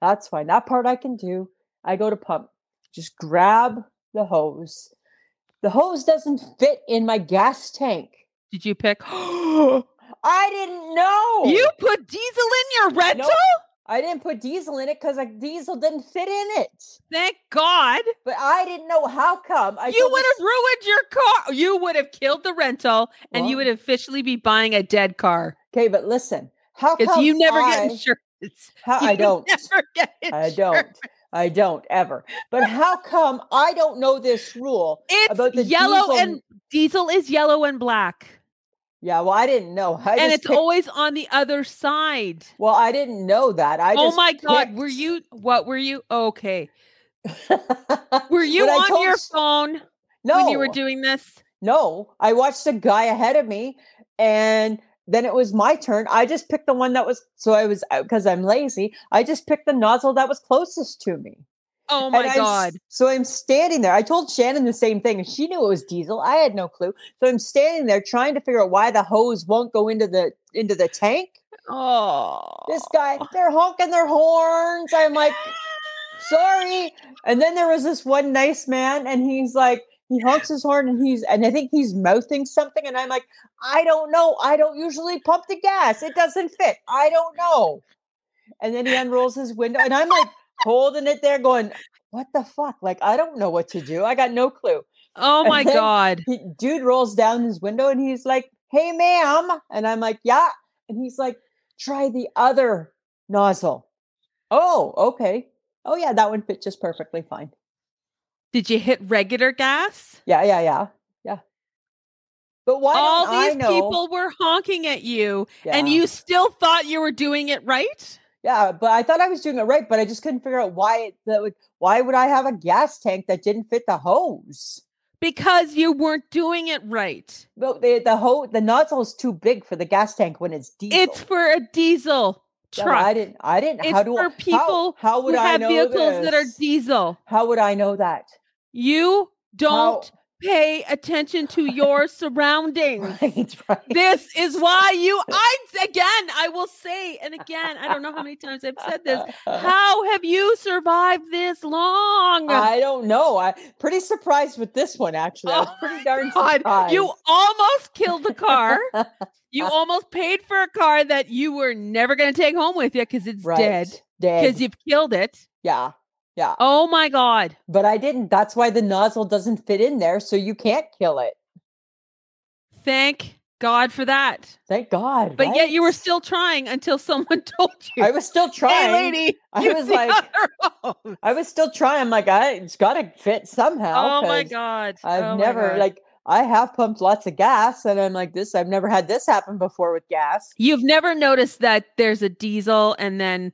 Speaker 1: That's fine. That part I can do. I go to pump. Just grab the hose. The hose doesn't fit in my gas tank.
Speaker 2: Did you pick? you
Speaker 1: I didn't know.
Speaker 2: put diesel in your rental?
Speaker 1: I didn't put diesel in it because like diesel didn't fit in it.
Speaker 2: Thank God.
Speaker 1: But I didn't know how come. I
Speaker 2: you
Speaker 1: told
Speaker 2: would
Speaker 1: this-
Speaker 2: have ruined your car. You would have killed the rental and you
Speaker 1: Well-
Speaker 2: would officially be buying a dead car
Speaker 1: Okay, but listen. How
Speaker 2: because
Speaker 1: come
Speaker 2: you never
Speaker 1: I,
Speaker 2: get insurance.
Speaker 1: How, I
Speaker 2: You
Speaker 1: don't.
Speaker 2: Never get
Speaker 1: I
Speaker 2: insurance.
Speaker 1: don't. I don't ever. But how come I don't know this rule?
Speaker 2: It's
Speaker 1: About the
Speaker 2: yellow
Speaker 1: diesel-
Speaker 2: and diesel is yellow and black.
Speaker 1: Yeah, well, I didn't know. I
Speaker 2: and
Speaker 1: just
Speaker 2: it's
Speaker 1: picked-
Speaker 2: always on the other side.
Speaker 1: well, I didn't know that. I
Speaker 2: oh
Speaker 1: just
Speaker 2: my God. Were
Speaker 1: picked.
Speaker 2: you, what were you? Okay. Were you
Speaker 1: But I
Speaker 2: on
Speaker 1: told
Speaker 2: your
Speaker 1: s-
Speaker 2: phone
Speaker 1: no,
Speaker 2: when you were doing this?
Speaker 1: no. I watched a guy ahead of me, and then it was my turn. I just picked the one that was so I was because I'm lazy. I just picked the nozzle that was closest to me.
Speaker 2: Oh my
Speaker 1: And I'm s-
Speaker 2: God.
Speaker 1: so I'm standing there. I told Shannon the same thing, and she knew it was diesel. I had no clue. So I'm standing there trying to figure out why the hose won't go into the into the tank.
Speaker 2: Oh.
Speaker 1: This guy, they're honking their horns. I'm like, sorry. And then there was this one nice man, and he's like, he honks his horn and he's and I think he's mouthing something and I'm like, I don't know. I don't usually pump the gas. It doesn't fit. I don't know. And then he unrolls his window and I'm like holding it there going, what the fuck? Like I don't know what to do. I got no clue.
Speaker 2: Oh
Speaker 1: And
Speaker 2: my
Speaker 1: then
Speaker 2: god.
Speaker 1: He, dude rolls down his window and he's like, "Hey ma'am." And I'm like, "Yeah." And he's like, "Try the other nozzle." Oh, okay. Oh yeah, that one fit just perfectly fine.
Speaker 2: Did you hit regular gas?
Speaker 1: Yeah, yeah, yeah. Yeah. But why
Speaker 2: All
Speaker 1: don't I
Speaker 2: these
Speaker 1: know?
Speaker 2: people were honking at you and
Speaker 1: Yeah.
Speaker 2: you still thought you were doing it right?
Speaker 1: Yeah, but I thought I was doing it right, but I just couldn't figure out why it, that would why would I have a gas tank that didn't fit the hose?
Speaker 2: Because you weren't doing it right.
Speaker 1: But the the hose the nozzle's too big for the gas tank when it's diesel.
Speaker 2: It's for a diesel
Speaker 1: Yeah,
Speaker 2: truck.
Speaker 1: well, I didn't I didn't
Speaker 2: It's
Speaker 1: how do I-
Speaker 2: for people
Speaker 1: how, how
Speaker 2: who
Speaker 1: would I
Speaker 2: have
Speaker 1: know
Speaker 2: vehicles that are
Speaker 1: this?
Speaker 2: diesel.
Speaker 1: How would I know that? How-
Speaker 2: You don't pay attention to your surroundings.
Speaker 1: right, right.
Speaker 2: This is why you I again I will say and again I don't know how many times I've said this
Speaker 1: Uh-huh.
Speaker 2: How have you survived this long?
Speaker 1: I don't know. I pretty surprised with this one actually. I was
Speaker 2: Oh
Speaker 1: pretty darn
Speaker 2: God,
Speaker 1: surprised.
Speaker 2: you almost killed the car. you almost paid for a car that you were never going to take home with you because it's
Speaker 1: right.
Speaker 2: dead because
Speaker 1: Dead.
Speaker 2: you've killed it.
Speaker 1: yeah. Yeah.
Speaker 2: Oh my God.
Speaker 1: But I didn't. That's why the nozzle doesn't fit in there, so you can't kill it.
Speaker 2: Thank God for that.
Speaker 1: Thank God.
Speaker 2: But yet you were
Speaker 1: right?
Speaker 2: still trying until someone told you.
Speaker 1: I was still trying.
Speaker 2: Hey, lady.
Speaker 1: I
Speaker 2: use
Speaker 1: was
Speaker 2: the
Speaker 1: like-
Speaker 2: other road."
Speaker 1: I was still trying. I'm like, I it's gotta fit somehow.
Speaker 2: oh my
Speaker 1: 'cause
Speaker 2: God.
Speaker 1: I've
Speaker 2: Oh my
Speaker 1: never
Speaker 2: God.
Speaker 1: like I have pumped lots of gas and I'm like this, I've never had this happen before with gas.
Speaker 2: You've never noticed that there's a diesel and then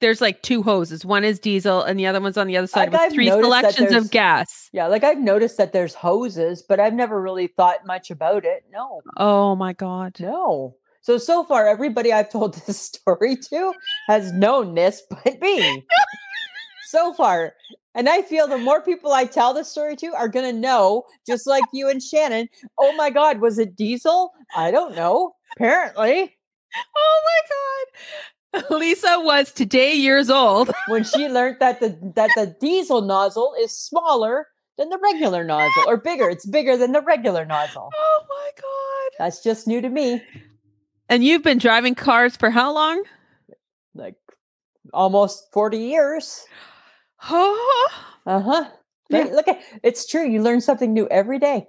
Speaker 2: there's like two hoses. One is diesel and the other one's on the other side
Speaker 1: Like, I've
Speaker 2: with three
Speaker 1: noticed that
Speaker 2: selections
Speaker 1: there's-
Speaker 2: of gas.
Speaker 1: Yeah, like I've noticed that there's hoses, but I've never really thought much about it. No,
Speaker 2: Oh my god.
Speaker 1: no. So so far everybody I've told this story to has known this but me. so far. And I feel the more people I tell this story to are gonna know, just like you and Shannon. Oh my god, was it diesel? I don't know. Apparently.
Speaker 2: Oh my god. Lisa was today years old.
Speaker 1: when she learned that the that the diesel nozzle is smaller than the regular nozzle or bigger it's bigger than the regular nozzle
Speaker 2: Oh my god.
Speaker 1: that's just new to me
Speaker 2: And you've been driving cars for how long?
Speaker 1: like almost 40 years
Speaker 2: Oh
Speaker 1: uh-huh
Speaker 2: Yeah.
Speaker 1: Right, look at it's true you learn something new every day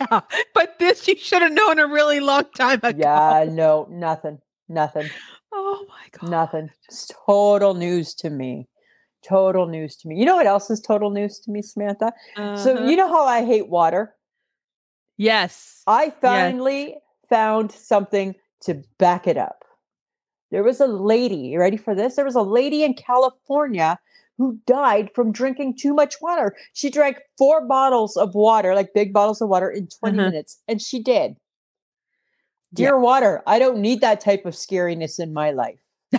Speaker 2: yeah. But this you should have known a really long time ago.
Speaker 1: yeah no nothing nothing
Speaker 2: Oh my god.
Speaker 1: nothing it's total news to me total news to me you know what else is total news to me samantha so
Speaker 2: Uh-huh.
Speaker 1: you know how i hate water
Speaker 2: Yes.
Speaker 1: I finally found something to back it up. There was a lady, you ready for this? There was a lady in California who died from drinking too much water. She drank four bottles of water, like big bottles of water, in 20
Speaker 2: Uh-huh.
Speaker 1: minutes, and she did.
Speaker 2: Yeah.
Speaker 1: Dear water, I don't need that type of scariness in my life.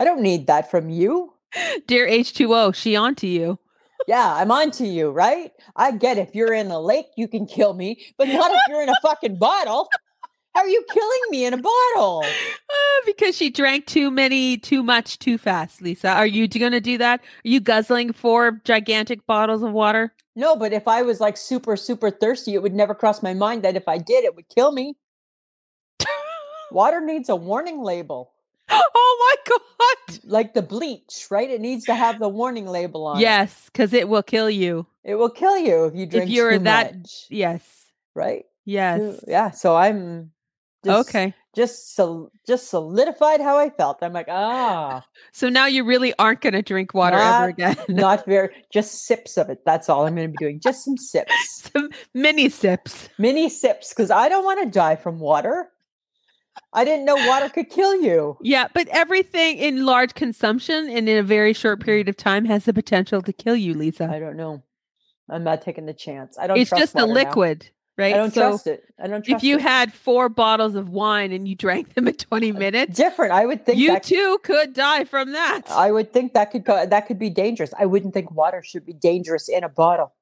Speaker 1: I don't need that from you.
Speaker 2: Dear H2O, she on to you.
Speaker 1: Yeah, I'm on to you, right? I get if you're in a lake, you can kill me, but not if you're in a fucking bottle. How are you killing me in a bottle?
Speaker 2: Uh, because she drank too many, too much, too fast, Lisa. Are you going to do that? Are you guzzling four gigantic bottles of water?
Speaker 1: No, but if I was like super, super thirsty, it would never cross my mind that if I did, it would kill me. Water needs a warning label,
Speaker 2: oh my God.
Speaker 1: like the bleach, right? It needs to have the warning label on. it.
Speaker 2: Yes, because it will kill you.
Speaker 1: it will kill you if you drink
Speaker 2: you're
Speaker 1: too
Speaker 2: that-
Speaker 1: much,
Speaker 2: Yes.
Speaker 1: right?
Speaker 2: Yes.
Speaker 1: Too- Yeah. So I'm just,
Speaker 2: okay.
Speaker 1: Just so, just solidified how I felt. I'm like, ah.
Speaker 2: So now you really aren't going to drink water ever again.
Speaker 1: not very just sips of it that's all i'm going to be doing just some sips
Speaker 2: Some mini sips.
Speaker 1: mini sips because i don't want to die from water i didn't know water could kill you
Speaker 2: Yeah, but everything in large consumption and in a very short period of time has the potential to kill you, Lisa.
Speaker 1: Mm-hmm. i don't know i'm not taking the chance i don't
Speaker 2: It's
Speaker 1: trust
Speaker 2: just a
Speaker 1: water now.
Speaker 2: liquid, right?
Speaker 1: i don't
Speaker 2: so
Speaker 1: trust it i don't trust
Speaker 2: if you
Speaker 1: it.
Speaker 2: had four bottles of wine and you drank them in 20 minutes,
Speaker 1: different i would think
Speaker 2: you
Speaker 1: that,
Speaker 2: too could die from that.
Speaker 1: i would think that could go that could be dangerous i wouldn't think water should be dangerous in a bottle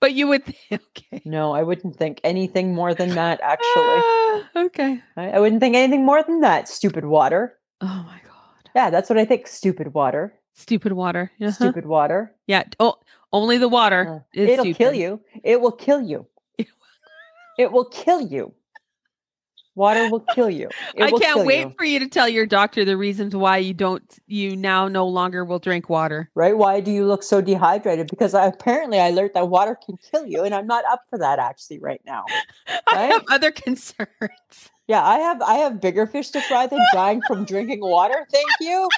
Speaker 2: but you would, okay.
Speaker 1: no i wouldn't think anything more than that actually
Speaker 2: Ah, okay.
Speaker 1: I, I wouldn't think anything more than that stupid water
Speaker 2: Oh my God.
Speaker 1: yeah that's what i think stupid water
Speaker 2: Stupid water. Uh-huh.
Speaker 1: Stupid water.
Speaker 2: Yeah. Oh, only the
Speaker 1: Uh,
Speaker 2: water. is
Speaker 1: It'll kill
Speaker 2: stupid.
Speaker 1: you. It will kill you. it will kill you. Water will kill you. It
Speaker 2: I
Speaker 1: will
Speaker 2: can't
Speaker 1: kill
Speaker 2: wait
Speaker 1: you.
Speaker 2: for you to tell your doctor the reasons why you don't, you now no longer will drink water.
Speaker 1: Right? Why do you look so dehydrated? Because I, apparently I learned that water can kill you, and I'm not up for that actually right now.
Speaker 2: I
Speaker 1: Right?
Speaker 2: have other concerns.
Speaker 1: Yeah, I have I have bigger fish to fry than dying from drinking water. Thank you.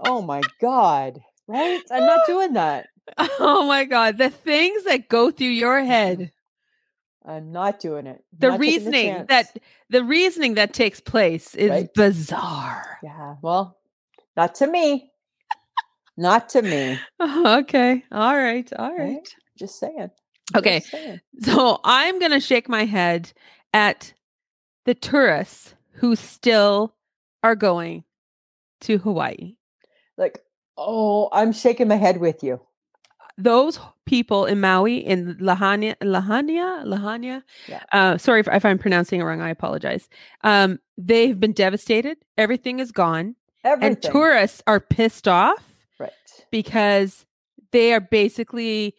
Speaker 1: Oh my god. Right? I'm not doing that.
Speaker 2: Oh my God. The things that go through your head,
Speaker 1: I'm not doing it. I'm
Speaker 2: the
Speaker 1: Mm-hmm. not taking
Speaker 2: reasoning
Speaker 1: chance.
Speaker 2: that, the reasoning that takes place is
Speaker 1: Right.
Speaker 2: bizarre.
Speaker 1: Yeah, well, not to me. Not to me.
Speaker 2: Oh, okay. All right. All
Speaker 1: Right?
Speaker 2: right.
Speaker 1: Just saying.
Speaker 2: Okay.
Speaker 1: Just saying.
Speaker 2: So I'm going to shake my head at the tourists who still are going to Hawaii.
Speaker 1: Like, oh, I'm shaking my head with you.
Speaker 2: Those people in Maui, in Lahania, Lahania, Lahania.
Speaker 1: Yeah.
Speaker 2: Uh, sorry if, if I'm pronouncing it wrong. I apologize. Um, they've been devastated. Everything is gone.
Speaker 1: Everything.
Speaker 2: And tourists are pissed off
Speaker 1: Right.
Speaker 2: because they are basically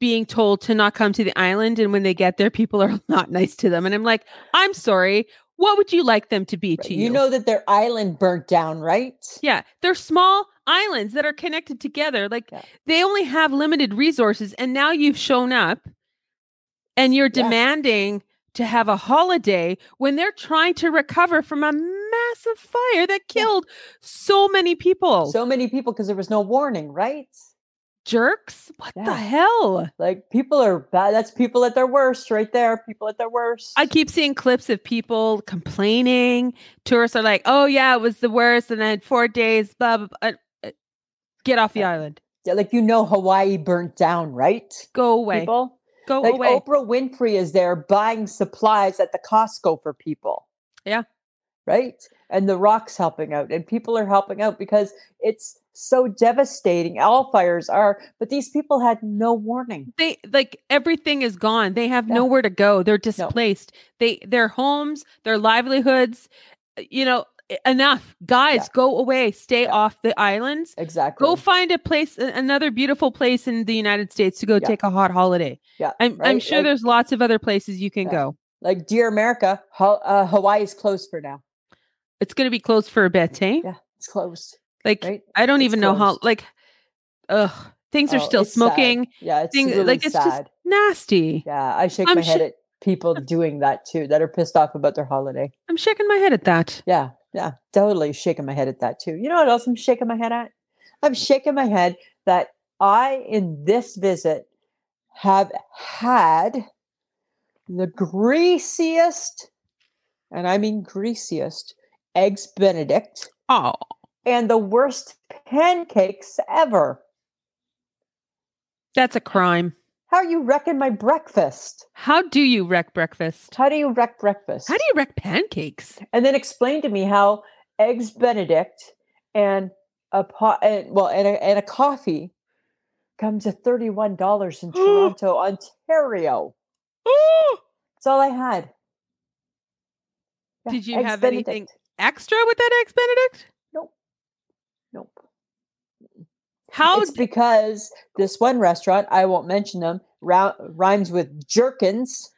Speaker 2: being told to not come to the island and when they get there people are not nice to them and i'm like i'm sorry what would you like them to be
Speaker 1: right.
Speaker 2: to
Speaker 1: You know that their island burnt down, right?
Speaker 2: yeah they're small islands that are connected together like
Speaker 1: Yeah.
Speaker 2: they only have limited resources and now you've shown up and you're
Speaker 1: Yeah.
Speaker 2: demanding to have a holiday when they're trying to recover from a massive fire that killed so many people
Speaker 1: So many people because there was no warning, right?
Speaker 2: jerks what the
Speaker 1: Yeah.
Speaker 2: hell
Speaker 1: Like people are bad. That's people at their worst, right there. People at their worst.
Speaker 2: I keep seeing clips of people complaining. Tourists are like, "Oh yeah, it was the worst," and then four days, blah blah. blah. Uh, uh, Get off the
Speaker 1: Yeah.
Speaker 2: island.
Speaker 1: Yeah, like you know, Hawaii burnt down, right?
Speaker 2: Go away.
Speaker 1: People.
Speaker 2: Go
Speaker 1: Like oh,
Speaker 2: away.
Speaker 1: Oprah Winfrey is there buying supplies at the Costco for people.
Speaker 2: Yeah.
Speaker 1: Right? And The Rock's helping out, and people are helping out because it's so devastating. All fires are, but these people had no warning.
Speaker 2: they like everything is gone. They have
Speaker 1: Yeah.
Speaker 2: nowhere to go. They're displaced. They their homes, their livelihoods. uh, You know, e- enough, guys.
Speaker 1: Yeah.
Speaker 2: Go away. Stay
Speaker 1: Yeah.
Speaker 2: off the islands.
Speaker 1: Exactly.
Speaker 2: Go find a place, a- another beautiful place in the United States to go
Speaker 1: Yeah.
Speaker 2: take a hot holiday.
Speaker 1: yeah.
Speaker 2: I'm I'm
Speaker 1: right?
Speaker 2: sure
Speaker 1: like,
Speaker 2: there's lots of other places you can
Speaker 1: Yeah.
Speaker 2: go.
Speaker 1: like dear America, Ho- uh, Hawaii is closed for now.
Speaker 2: It's going to be closed for a bit, eh?
Speaker 1: Yeah, it's closed.
Speaker 2: Like
Speaker 1: Right?
Speaker 2: I don't
Speaker 1: It's
Speaker 2: even know how
Speaker 1: closed.
Speaker 2: like ugh things are
Speaker 1: Oh,
Speaker 2: still
Speaker 1: it's sad.
Speaker 2: smoking
Speaker 1: Yeah, it's
Speaker 2: things
Speaker 1: really
Speaker 2: like it's
Speaker 1: sad.
Speaker 2: just nasty.
Speaker 1: yeah, I shake
Speaker 2: I'm
Speaker 1: my head
Speaker 2: sha-
Speaker 1: at people doing that too, that are pissed off about their holiday.
Speaker 2: I'm shaking my head at that.
Speaker 1: Yeah, yeah, totally shaking my head at that too. You know what else I'm shaking my head at? I'm shaking my head that I, in this visit, have had the greasiest, and I mean greasiest, eggs Benedict
Speaker 2: Oh,
Speaker 1: and the worst pancakes ever.
Speaker 2: that's a crime.
Speaker 1: How you wrecking my breakfast?
Speaker 2: How do you wreck breakfast?
Speaker 1: How do you wreck breakfast?
Speaker 2: How do you wreck pancakes?
Speaker 1: and then explain to me how eggs benedict and a pot and well and a, and a coffee come to $31 in toronto ontario
Speaker 2: Oh,
Speaker 1: that's all i had
Speaker 2: Did you have anything- extra with that eggs benedict?
Speaker 1: nope
Speaker 2: How
Speaker 1: it's
Speaker 2: Oh, d-
Speaker 1: because this one restaurant i won't mention them rou- rhymes with jerkins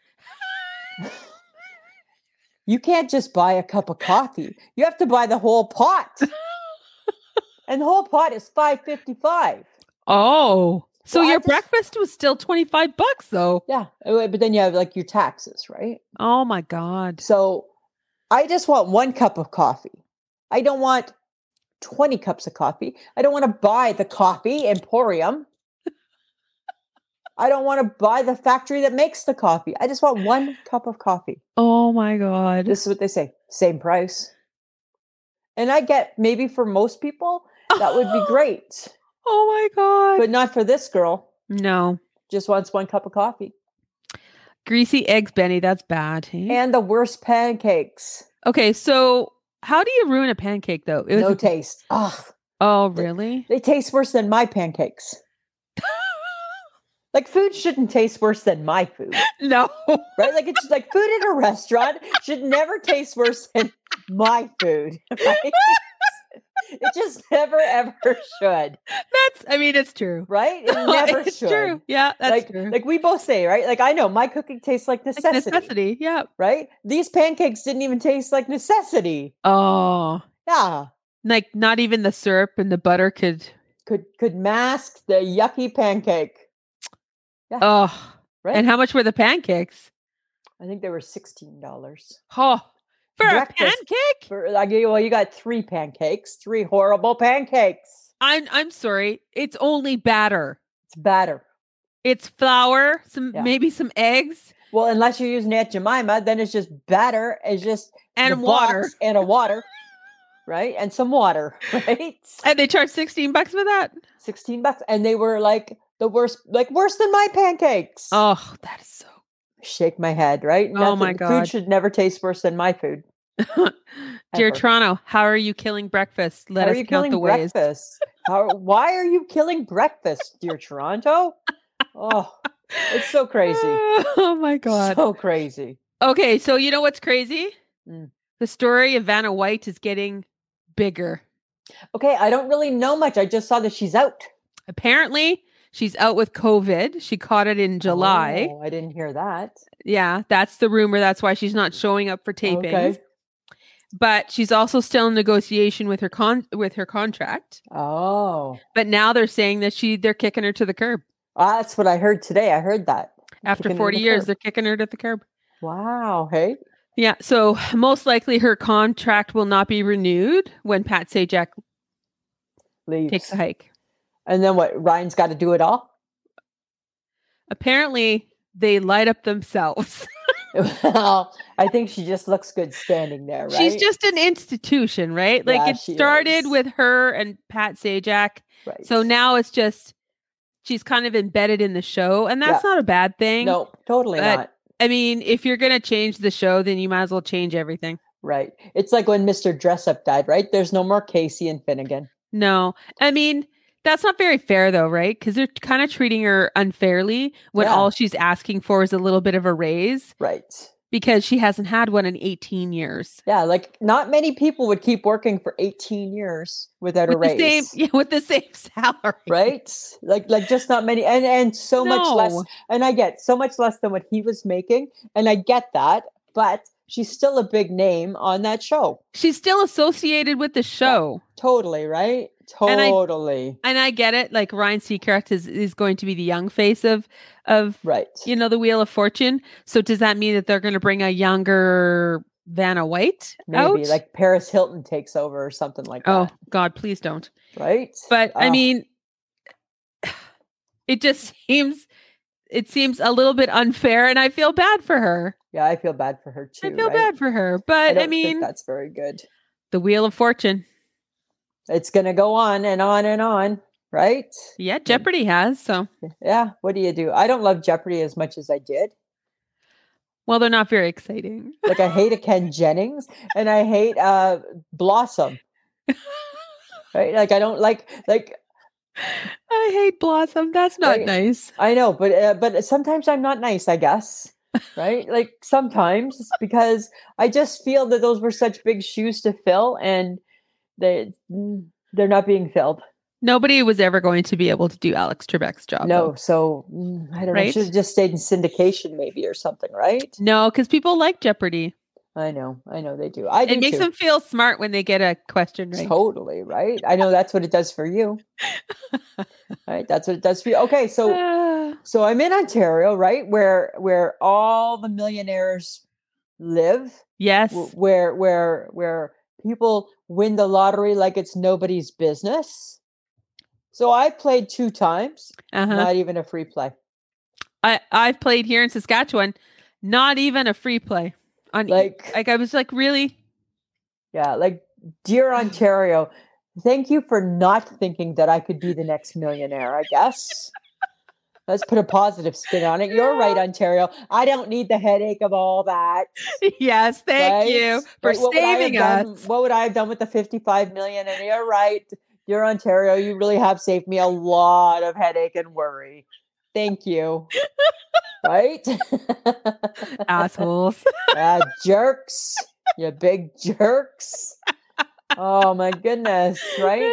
Speaker 1: you can't just buy a cup of coffee you have to buy the whole pot and the whole pot is 555
Speaker 2: Oh. So
Speaker 1: Well, I
Speaker 2: your
Speaker 1: just-
Speaker 2: breakfast was still 25 bucks though.
Speaker 1: Yeah, uh, but then you have like your taxes, right?
Speaker 2: Oh my god.
Speaker 1: So I just want one cup of coffee. I don't want 20 cups of coffee. I don't want to buy the coffee emporium. I don't want to buy the factory that makes the coffee. I just want one cup of coffee.
Speaker 2: Oh my god.
Speaker 1: This is what they say same price. And I get maybe for most people, that would be great,
Speaker 2: Oh my god.
Speaker 1: but not for this girl.
Speaker 2: no.
Speaker 1: Just wants one cup of coffee
Speaker 2: Greasy eggs, Benny. That's bad. eh?
Speaker 1: and the worst pancakes.
Speaker 2: Okay, so how do you ruin a pancake though? It was
Speaker 1: No
Speaker 2: a-
Speaker 1: taste. Ugh.
Speaker 2: oh, really?
Speaker 1: They taste worse than my pancakes. Like food shouldn't taste worse than my food,
Speaker 2: no.
Speaker 1: right? Like it's like food at a restaurant should never taste worse than my food. right? it just never ever should,
Speaker 2: That's, I mean, it's true.
Speaker 1: right? It never
Speaker 2: it's
Speaker 1: should.
Speaker 2: true. Yeah, that's
Speaker 1: like,
Speaker 2: true.
Speaker 1: like we both say, right? Like I know my cooking tastes like
Speaker 2: Like
Speaker 1: necessity,
Speaker 2: necessity. Yeah.
Speaker 1: right? These pancakes didn't even taste like necessity.
Speaker 2: Oh,
Speaker 1: Yeah,
Speaker 2: like not even the syrup and the butter could.
Speaker 1: could could mask the yucky pancake,
Speaker 2: Oh,
Speaker 1: right?
Speaker 2: and how much were the pancakes?
Speaker 1: I think they were sixteen dollars
Speaker 2: Oh, for
Speaker 1: Breakfast.
Speaker 2: a pancake?
Speaker 1: for like. you- Well, you got three pancakes, three horrible pancakes.
Speaker 2: I'm I'm sorry. It's only batter.
Speaker 1: It's batter.
Speaker 2: It's flour, some
Speaker 1: Yeah.
Speaker 2: maybe some eggs
Speaker 1: Well, unless you're using Aunt Jemima, then it's just batter. It's just
Speaker 2: and
Speaker 1: the
Speaker 2: water.
Speaker 1: box and a water, right? And some water, right?
Speaker 2: And they charge 16 bucks for that?
Speaker 1: Sixteen bucks, and they were like the worst, like worse than my pancakes.
Speaker 2: Oh, that is so
Speaker 1: shake my head, right?
Speaker 2: Oh my God.
Speaker 1: Food should never taste worse than my food.
Speaker 2: Dear
Speaker 1: Ever.
Speaker 2: Toronto, how are you killing breakfast? Let
Speaker 1: How
Speaker 2: us
Speaker 1: are you
Speaker 2: count
Speaker 1: killing
Speaker 2: the ways.
Speaker 1: breakfast? How, why are you killing breakfast, dear Toronto? Oh, it's so crazy.
Speaker 2: oh my god.
Speaker 1: So crazy.
Speaker 2: okay, so you know what's crazy?
Speaker 1: Mm.
Speaker 2: The story of Vanna White is getting bigger.
Speaker 1: Okay, I don't really know much. I just saw that she's out.
Speaker 2: Apparently, she's out with COVID. She caught it in July.
Speaker 1: Oh, I didn't hear that.
Speaker 2: Yeah, that's the rumor. That's why she's not showing up for tapings.
Speaker 1: Okay.
Speaker 2: But she's also still in negotiation with her con with her contract.
Speaker 1: Oh,
Speaker 2: But now they're saying that she they're kicking her to the curb.
Speaker 1: Ah, that's what I heard today. I heard that.
Speaker 2: After
Speaker 1: Kicking her to
Speaker 2: 40
Speaker 1: the
Speaker 2: years,
Speaker 1: curb.
Speaker 2: they're kicking her to the curb.
Speaker 1: Wow. Hey.
Speaker 2: Yeah, so most likely her contract will not be renewed when Pat Sajak takes
Speaker 1: Leaves.
Speaker 2: a hike.
Speaker 1: And then what? Ryan's got to do it all.
Speaker 2: Apparently, they light up themselves.
Speaker 1: well, I think she just looks good standing there, right?
Speaker 2: She's just an institution, right? Like
Speaker 1: Yeah,
Speaker 2: it
Speaker 1: she
Speaker 2: started
Speaker 1: is.
Speaker 2: with her and Pat Sajak.
Speaker 1: right.
Speaker 2: So now it's just she's kind of embedded in the show, and that's not a bad thing.
Speaker 1: No, totally
Speaker 2: but-
Speaker 1: not.
Speaker 2: I mean, if you're going to change the show, then you might as well change everything.
Speaker 1: Right. It's like when Mr. Dress Up died, right? There's no more Casey and Finnegan.
Speaker 2: No, I mean, that's not very fair though, right? Because they're kind of treating her unfairly when
Speaker 1: Yeah.
Speaker 2: all she's asking for is a little bit of a raise
Speaker 1: Right.
Speaker 2: because she hasn't had one in 18 years.
Speaker 1: Yeah. Like not many people would keep working for 18 years without a
Speaker 2: With the
Speaker 1: raise.
Speaker 2: same, yeah, with the same salary,
Speaker 1: Right? Like like just not many and and so much
Speaker 2: No.
Speaker 1: less and I get so much less than what he was making and I get that, but she's still a big name on that show.
Speaker 2: She's still associated with the show,
Speaker 1: Totally, right?
Speaker 2: And I-
Speaker 1: Totally.
Speaker 2: and I get it. Like Ryan Seacrest is is going to be the young face of of
Speaker 1: Right.
Speaker 2: you know the Wheel of Fortune. So does that mean that they're going to bring a younger Vanna White
Speaker 1: Maybe
Speaker 2: out?
Speaker 1: like uh, Paris Hilton takes over or something like
Speaker 2: oh
Speaker 1: that.
Speaker 2: God, please don't.
Speaker 1: Right? Ah,
Speaker 2: but i
Speaker 1: Ugh.
Speaker 2: mean it just seems it seems a little bit unfair and i feel bad for her
Speaker 1: yeah, I feel bad for her too.
Speaker 2: i feel
Speaker 1: right?
Speaker 2: bad for her but i,
Speaker 1: don't think
Speaker 2: mean
Speaker 1: that's very good.
Speaker 2: the wheel of fortune
Speaker 1: It's going to go on and on and on, right?
Speaker 2: yeah jeopardy has so
Speaker 1: Yeah. What do you do? I don't love Jeopardy as much as I did.
Speaker 2: well they're not very exciting
Speaker 1: Like I hate a Ken Jennings and I hate uh Blossom. Right? Like I don't like like
Speaker 2: i hate blossom that's not
Speaker 1: Right.
Speaker 2: nice
Speaker 1: I know, but uh, but sometimes I'm not nice, I guess. Right? Like sometimes it's because I just feel that those were such big shoes to fill and they mm, they're not being filled.
Speaker 2: nobody was ever going to be able to do alex trebek's job though.
Speaker 1: No, so mm, I don't know.
Speaker 2: Right?
Speaker 1: Should have just stayed in syndication, maybe, or something, right?
Speaker 2: no because people like jeopardy
Speaker 1: I know, I know they do. I do
Speaker 2: it makes
Speaker 1: too.
Speaker 2: them feel smart when they get a question right
Speaker 1: totally right. I know that's what it does for you. right, that's what it does for you. Okay, so
Speaker 2: Ah,
Speaker 1: so I'm in Ontario, right, where where all the millionaires live,
Speaker 2: yes
Speaker 1: wh- where where where people win the lottery like it's nobody's business. So I played two times,
Speaker 2: uh-huh.
Speaker 1: not even a free play.
Speaker 2: I I've played here in Saskatchewan, not even a free play on like,
Speaker 1: Like
Speaker 2: like I was like really
Speaker 1: Yeah, like dear Ontario, thank you for not thinking that I could be the next millionaire, I guess. Let's put a positive spin on it. You're right, Ontario. I don't need the headache of all that.
Speaker 2: yes, thank
Speaker 1: right?
Speaker 2: you for
Speaker 1: Right, what would I have
Speaker 2: saving
Speaker 1: done-
Speaker 2: us.
Speaker 1: what would I have done with the 55 million? And you're right, dear Ontario, you really have saved me a lot of headache and worry. Thank you. right?
Speaker 2: Assholes.
Speaker 1: Uh, Ah, jerks. You big jerks. oh my goodness, right?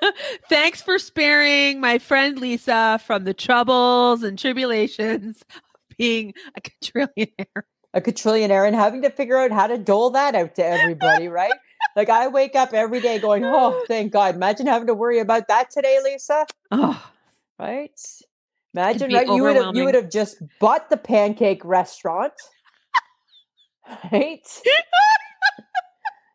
Speaker 2: Thanks for sparing my friend Lisa from the troubles and tribulations of being a quadrillionaire.
Speaker 1: A quadrillionaire and having to figure out how to dole that out to everybody, right? like I wake up every day going, "Oh, thank God." Imagine having to worry about that today, Lisa.
Speaker 2: Oh,
Speaker 1: Right? Imagine, right? You would have you would have just bought the pancake restaurant. Right?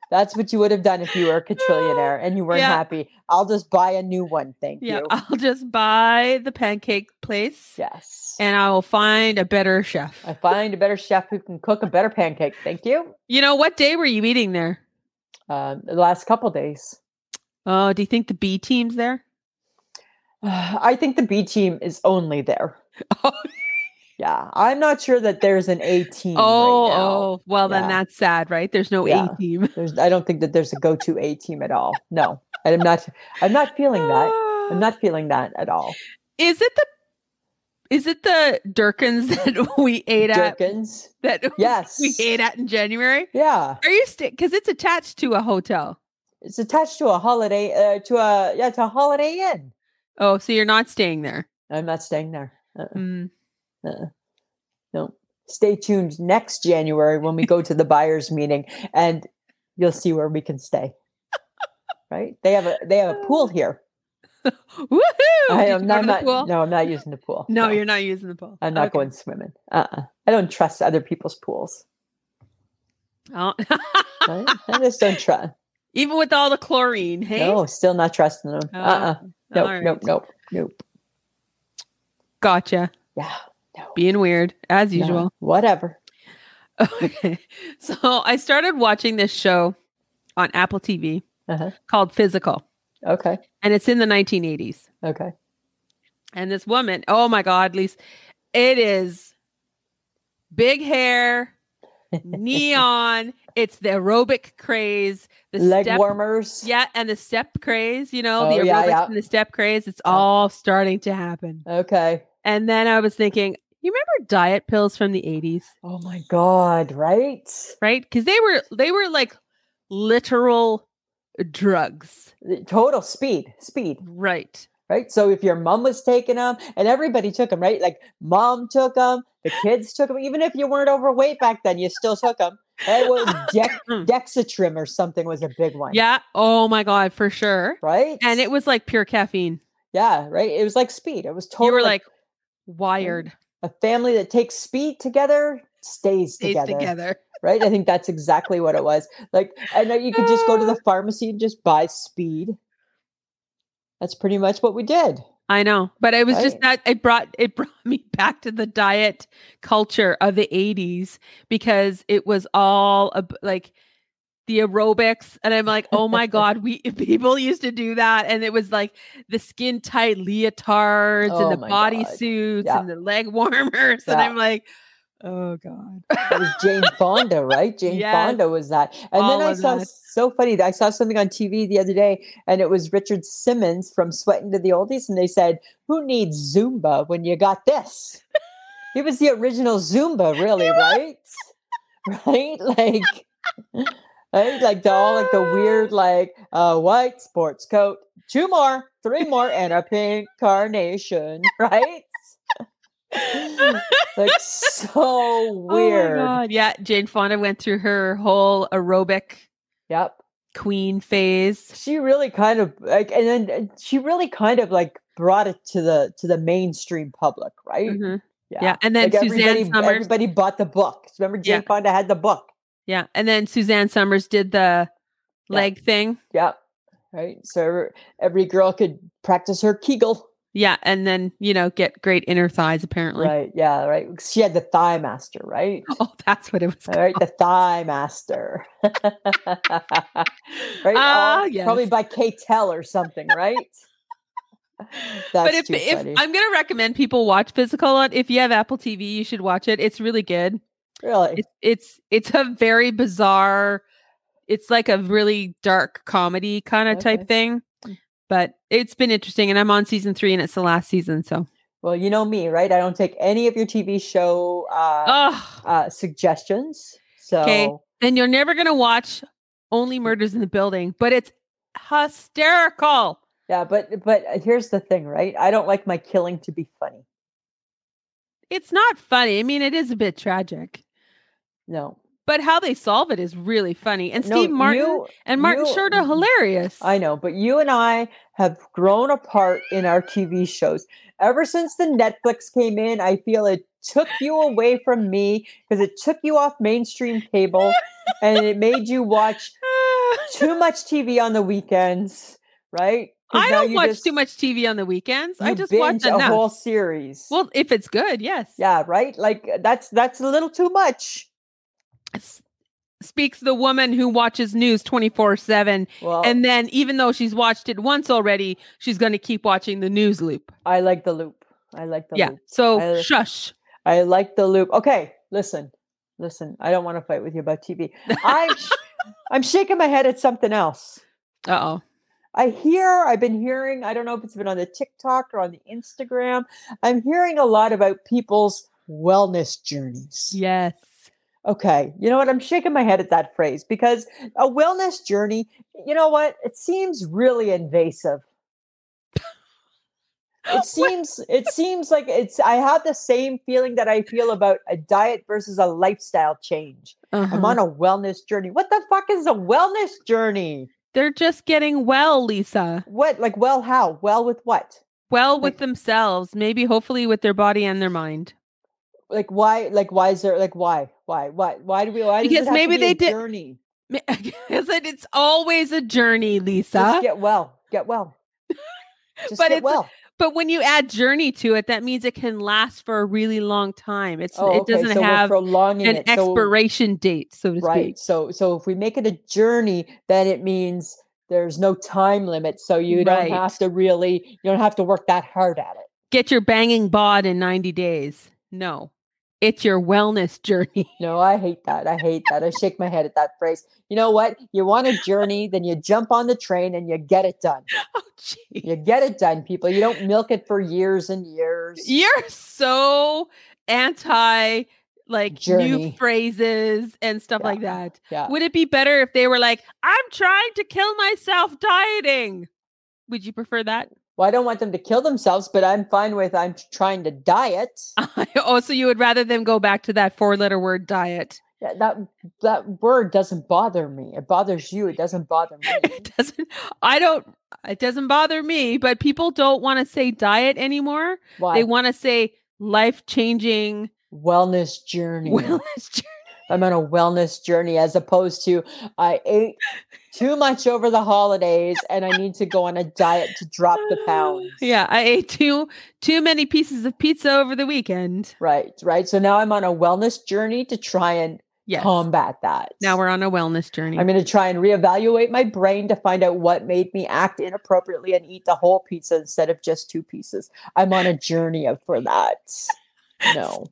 Speaker 1: That's what you would have done if you were a quadrillionaire and you weren't
Speaker 2: Yeah.
Speaker 1: happy. I'll just buy a new one. Thank
Speaker 2: yeah,
Speaker 1: you.
Speaker 2: I'll just buy the pancake place
Speaker 1: yes.
Speaker 2: and I will find a better chef.
Speaker 1: I find a better chef who can cook a better pancake. Thank you.
Speaker 2: You know, what day were you eating there?
Speaker 1: Um, the last couple days.
Speaker 2: Oh, do you think the B team's there?
Speaker 1: I think the B team is only there.
Speaker 2: Oh,
Speaker 1: Yeah. I'm not sure that there's an A team.
Speaker 2: oh,
Speaker 1: right now.
Speaker 2: oh, well, then
Speaker 1: Yeah.
Speaker 2: that's sad, right? There's no
Speaker 1: Yeah.
Speaker 2: A team.
Speaker 1: There's, I don't think that there's a go-to A team at all. No, I'm not. I'm not feeling that. I'm not feeling that at all.
Speaker 2: Is it the is it the Durkins that we ate at
Speaker 1: Durkins.
Speaker 2: that
Speaker 1: Yes.
Speaker 2: we ate at in January?
Speaker 1: Yeah,
Speaker 2: Are you still because it's attached to a hotel?
Speaker 1: it's attached to a holiday. Uh, to a yeah, to a Holiday Inn.
Speaker 2: Oh, so you're not staying there?
Speaker 1: I'm not staying there. Uh-uh,
Speaker 2: Mm.
Speaker 1: uh-uh. No. Stay tuned next January when we go to the buyers meeting, and you'll see where we can stay. Right? They have a they have a pool here.
Speaker 2: Woohoo!
Speaker 1: I
Speaker 2: Uh, oh, Did
Speaker 1: am
Speaker 2: you
Speaker 1: not,
Speaker 2: go
Speaker 1: I'm
Speaker 2: to the
Speaker 1: not
Speaker 2: pool?
Speaker 1: no, I'm not using the pool.
Speaker 2: No, you're not using the pool.
Speaker 1: I'm not
Speaker 2: Okay.
Speaker 1: going swimming. Uh-uh. I don't trust other people's pools.
Speaker 2: Oh.
Speaker 1: right? I just don't trust.
Speaker 2: Even with all the chlorine, hey?
Speaker 1: No, still not trusting them.
Speaker 2: Oh,
Speaker 1: Uh uh Nope,
Speaker 2: all
Speaker 1: nope,
Speaker 2: right.
Speaker 1: nope, nope.
Speaker 2: Gotcha.
Speaker 1: Yeah.
Speaker 2: Being weird as
Speaker 1: no,
Speaker 2: usual.
Speaker 1: whatever.
Speaker 2: Okay. So I started watching this show on Apple TV
Speaker 1: Uh-huh.
Speaker 2: called Physical,
Speaker 1: Okay.
Speaker 2: and it's in the 1980s.
Speaker 1: Okay.
Speaker 2: And this woman, oh my God, Lise, it is big hair, neon. It's the aerobic craze, the
Speaker 1: Leg
Speaker 2: step,
Speaker 1: warmers.
Speaker 2: yeah, and the step craze. You know,
Speaker 1: Oh,
Speaker 2: the aerobics
Speaker 1: yeah, yeah.
Speaker 2: and the step craze. It's all starting to happen.
Speaker 1: Okay.
Speaker 2: And then I was thinking, you remember diet pills from the 80s?
Speaker 1: Oh my God, right?
Speaker 2: right because they were they were like literal drugs
Speaker 1: The Total speed, speed,
Speaker 2: right
Speaker 1: right? So if your mom was taking them and everybody took them, right? Like mom took them, the kids took them. Even if you weren't overweight back then, you still took them. It was Dex- Dexatrim or something was a big one.
Speaker 2: Mm. yeah oh my god for sure
Speaker 1: Right?
Speaker 2: and it was like pure caffeine
Speaker 1: Yeah, right. It was like speed. It was totally
Speaker 2: you were like wired
Speaker 1: a family that takes speed together stays
Speaker 2: stays
Speaker 1: together,
Speaker 2: together
Speaker 1: right i think that's exactly what it was like and then you could just go to the pharmacy and just buy speed that's pretty much what we did
Speaker 2: i know but it was just
Speaker 1: Right.
Speaker 2: that it brought it brought me back to the diet culture of the 80s because it was all ab- like the aerobics and i'm like oh my god we people used to do that and it was like the skin tight leotards
Speaker 1: Oh
Speaker 2: and the
Speaker 1: my
Speaker 2: body
Speaker 1: God.
Speaker 2: suits
Speaker 1: Yeah.
Speaker 2: and the leg warmers and
Speaker 1: Yeah.
Speaker 2: i'm like oh god
Speaker 1: it was jane fonda right jane
Speaker 2: Yes.
Speaker 1: fonda was that and
Speaker 2: All
Speaker 1: then i
Speaker 2: of
Speaker 1: saw
Speaker 2: that.
Speaker 1: so funny that i saw something on tv the other day and it was richard simmons from sweating to the oldies and they said who needs zumba when you got this he was the original zumba really right right like Right? Like the all like the weird like uh white sports coat, two more, three more, and a pink carnation, right? like so weird.
Speaker 2: oh my god yeah jane fonda went through her whole aerobic
Speaker 1: Yep.
Speaker 2: queen phase
Speaker 1: She really kind of like and then and she really kind of like brought it to the to the mainstream public, right?
Speaker 2: Mhm. yeah. and then
Speaker 1: Like everybody,
Speaker 2: suzanne summers
Speaker 1: everybody bought the book. Remember Jane
Speaker 2: Yeah.
Speaker 1: Fonda had the book.
Speaker 2: Yeah. And then Suzanne Summers did the
Speaker 1: Yeah.
Speaker 2: leg thing.
Speaker 1: Yep. Right. So every- every girl could practice her Kegel.
Speaker 2: Yeah. And then, you know, get great inner thighs apparently.
Speaker 1: right. Yeah. Right. She had the thigh master, right?
Speaker 2: Oh, that's what it was.
Speaker 1: All right, the Thigh Master. right?
Speaker 2: Ah,
Speaker 1: all-
Speaker 2: yes.
Speaker 1: Probably by K-Tel or something, right? That's
Speaker 2: but if,
Speaker 1: too
Speaker 2: if
Speaker 1: funny.
Speaker 2: I'm going to recommend people watch Physical on, if you have Apple TV, you should watch it. It's really good.
Speaker 1: really?
Speaker 2: It's it's it's a very bizarre. It's like a really dark comedy kind of
Speaker 1: Okay. Mm.
Speaker 2: type thing. But it's been interesting and I'm on season 3 and it's the last season, so.
Speaker 1: Well, you know me, right? I don't take any of your TV show uh,
Speaker 2: Oh,
Speaker 1: uh, suggestions. So
Speaker 2: and you're never going to watch only
Speaker 1: Mm.
Speaker 2: murders in the building, but it's hysterical.
Speaker 1: Yeah, but but uh, here's the thing, right? I don't like my killing to be funny.
Speaker 2: It's not funny. I mean, it is a bit tragic,
Speaker 1: No,
Speaker 2: but how they solve it is really funny. And
Speaker 1: No,
Speaker 2: Steve Martin
Speaker 1: you-
Speaker 2: and Martin
Speaker 1: you-
Speaker 2: Short are hilarious.
Speaker 1: I know, but you and I have grown apart in our TV shows. Ever since the Netflix came in, I feel it took you away from me because it took you off mainstream cable and it made you watch too much TV on the weekends, right? 'Cause
Speaker 2: I
Speaker 1: now
Speaker 2: don't
Speaker 1: you
Speaker 2: watch
Speaker 1: just-
Speaker 2: too much TV on the weekends. I
Speaker 1: you
Speaker 2: just watch
Speaker 1: binge a
Speaker 2: enough.
Speaker 1: whole series.
Speaker 2: well, if it's good, yes.
Speaker 1: yeah, right? Like uh, that's that's a little too much.
Speaker 2: S- Speaks the woman who watches news 24 7.
Speaker 1: Well,
Speaker 2: And then, even though she's watched it once already, she's going to keep watching the news loop.
Speaker 1: I like the loop. I like the
Speaker 2: yeah.
Speaker 1: loop.
Speaker 2: So,
Speaker 1: I- uh
Speaker 2: shush.
Speaker 1: I like the loop. Okay, listen, listen. I don't want to fight with you about TV. I'm, sh- I'm shaking my head at something else.
Speaker 2: Uh oh.
Speaker 1: I hear, I've been hearing, I don't know if it's been on the TikTok or on the Instagram. I'm hearing a lot about people's wellness journeys.
Speaker 2: Yes.
Speaker 1: Okay, you know what? I'm shaking my head at that phrase because a wellness journey, you know what? It seems really invasive. It seems it seems like it's I have the same feeling that I feel about a diet versus a lifestyle change. I'm
Speaker 2: Uh-huh.
Speaker 1: on a wellness journey. What the fuck is a wellness journey?
Speaker 2: They're just getting well, Lisa.
Speaker 1: What like well how? Well with what?
Speaker 2: Well with
Speaker 1: Like-
Speaker 2: themselves, maybe hopefully with their body and their mind.
Speaker 1: Like why like why is there like why? Why? Why why do we why does
Speaker 2: Because
Speaker 1: it have
Speaker 2: maybe
Speaker 1: to be
Speaker 2: they
Speaker 1: a
Speaker 2: did-
Speaker 1: journey?
Speaker 2: Ma- I said it's always a journey, Lisa.
Speaker 1: Just get well. Get well. Just
Speaker 2: But
Speaker 1: get
Speaker 2: it's-
Speaker 1: well.
Speaker 2: But when you add journey to it, that means it can last for a really long time. It's it doesn't
Speaker 1: Oh, so
Speaker 2: have
Speaker 1: we're prolonging
Speaker 2: an
Speaker 1: it.
Speaker 2: expiration date, so to
Speaker 1: so, right.
Speaker 2: speak.
Speaker 1: So so if we make it a journey, then it means there's no time limit. So you
Speaker 2: Right.
Speaker 1: don't have to really you don't have to work that hard at it.
Speaker 2: Get your banging bod in 90 days. No. It's your wellness journey.
Speaker 1: No, I hate that. I hate that. I shake my head at that phrase. You know what? You want a journey, then you jump on the train and you get it done.
Speaker 2: Oh gee.
Speaker 1: You get it done, people. You don't milk it for years and years.
Speaker 2: You're so anti like new
Speaker 1: Journey.
Speaker 2: phrases and stuff
Speaker 1: Yeah.
Speaker 2: like that.
Speaker 1: Yeah.
Speaker 2: Would it be better if they were like, I'm trying to kill myself dieting? Would you prefer that?
Speaker 1: Well, I don't want them to kill themselves, but I'm fine with I'm trying to diet.
Speaker 2: oh, so you would rather them go back to that four letter word diet.
Speaker 1: Yeah, that that word doesn't bother me. It bothers you. It doesn't bother me.
Speaker 2: it doesn't i don't it doesn't bother me but people don't want to say diet anymore
Speaker 1: Why?
Speaker 2: they want to say life changing
Speaker 1: wellness journey.
Speaker 2: wellness journey.
Speaker 1: I'm on a wellness journey as opposed to I ate too much over the holidays and I need to go on a diet to drop the pounds.
Speaker 2: yeah i ate too too many pieces of pizza over the weekend
Speaker 1: Right, right. So now I'm on a wellness journey to try and
Speaker 2: yes
Speaker 1: combat that.
Speaker 2: now we're on a wellness journey
Speaker 1: I'm going to try and reevaluate my brain to find out what made me act inappropriately and eat the whole pizza instead of just two pieces. I'm on a journey of for that. No,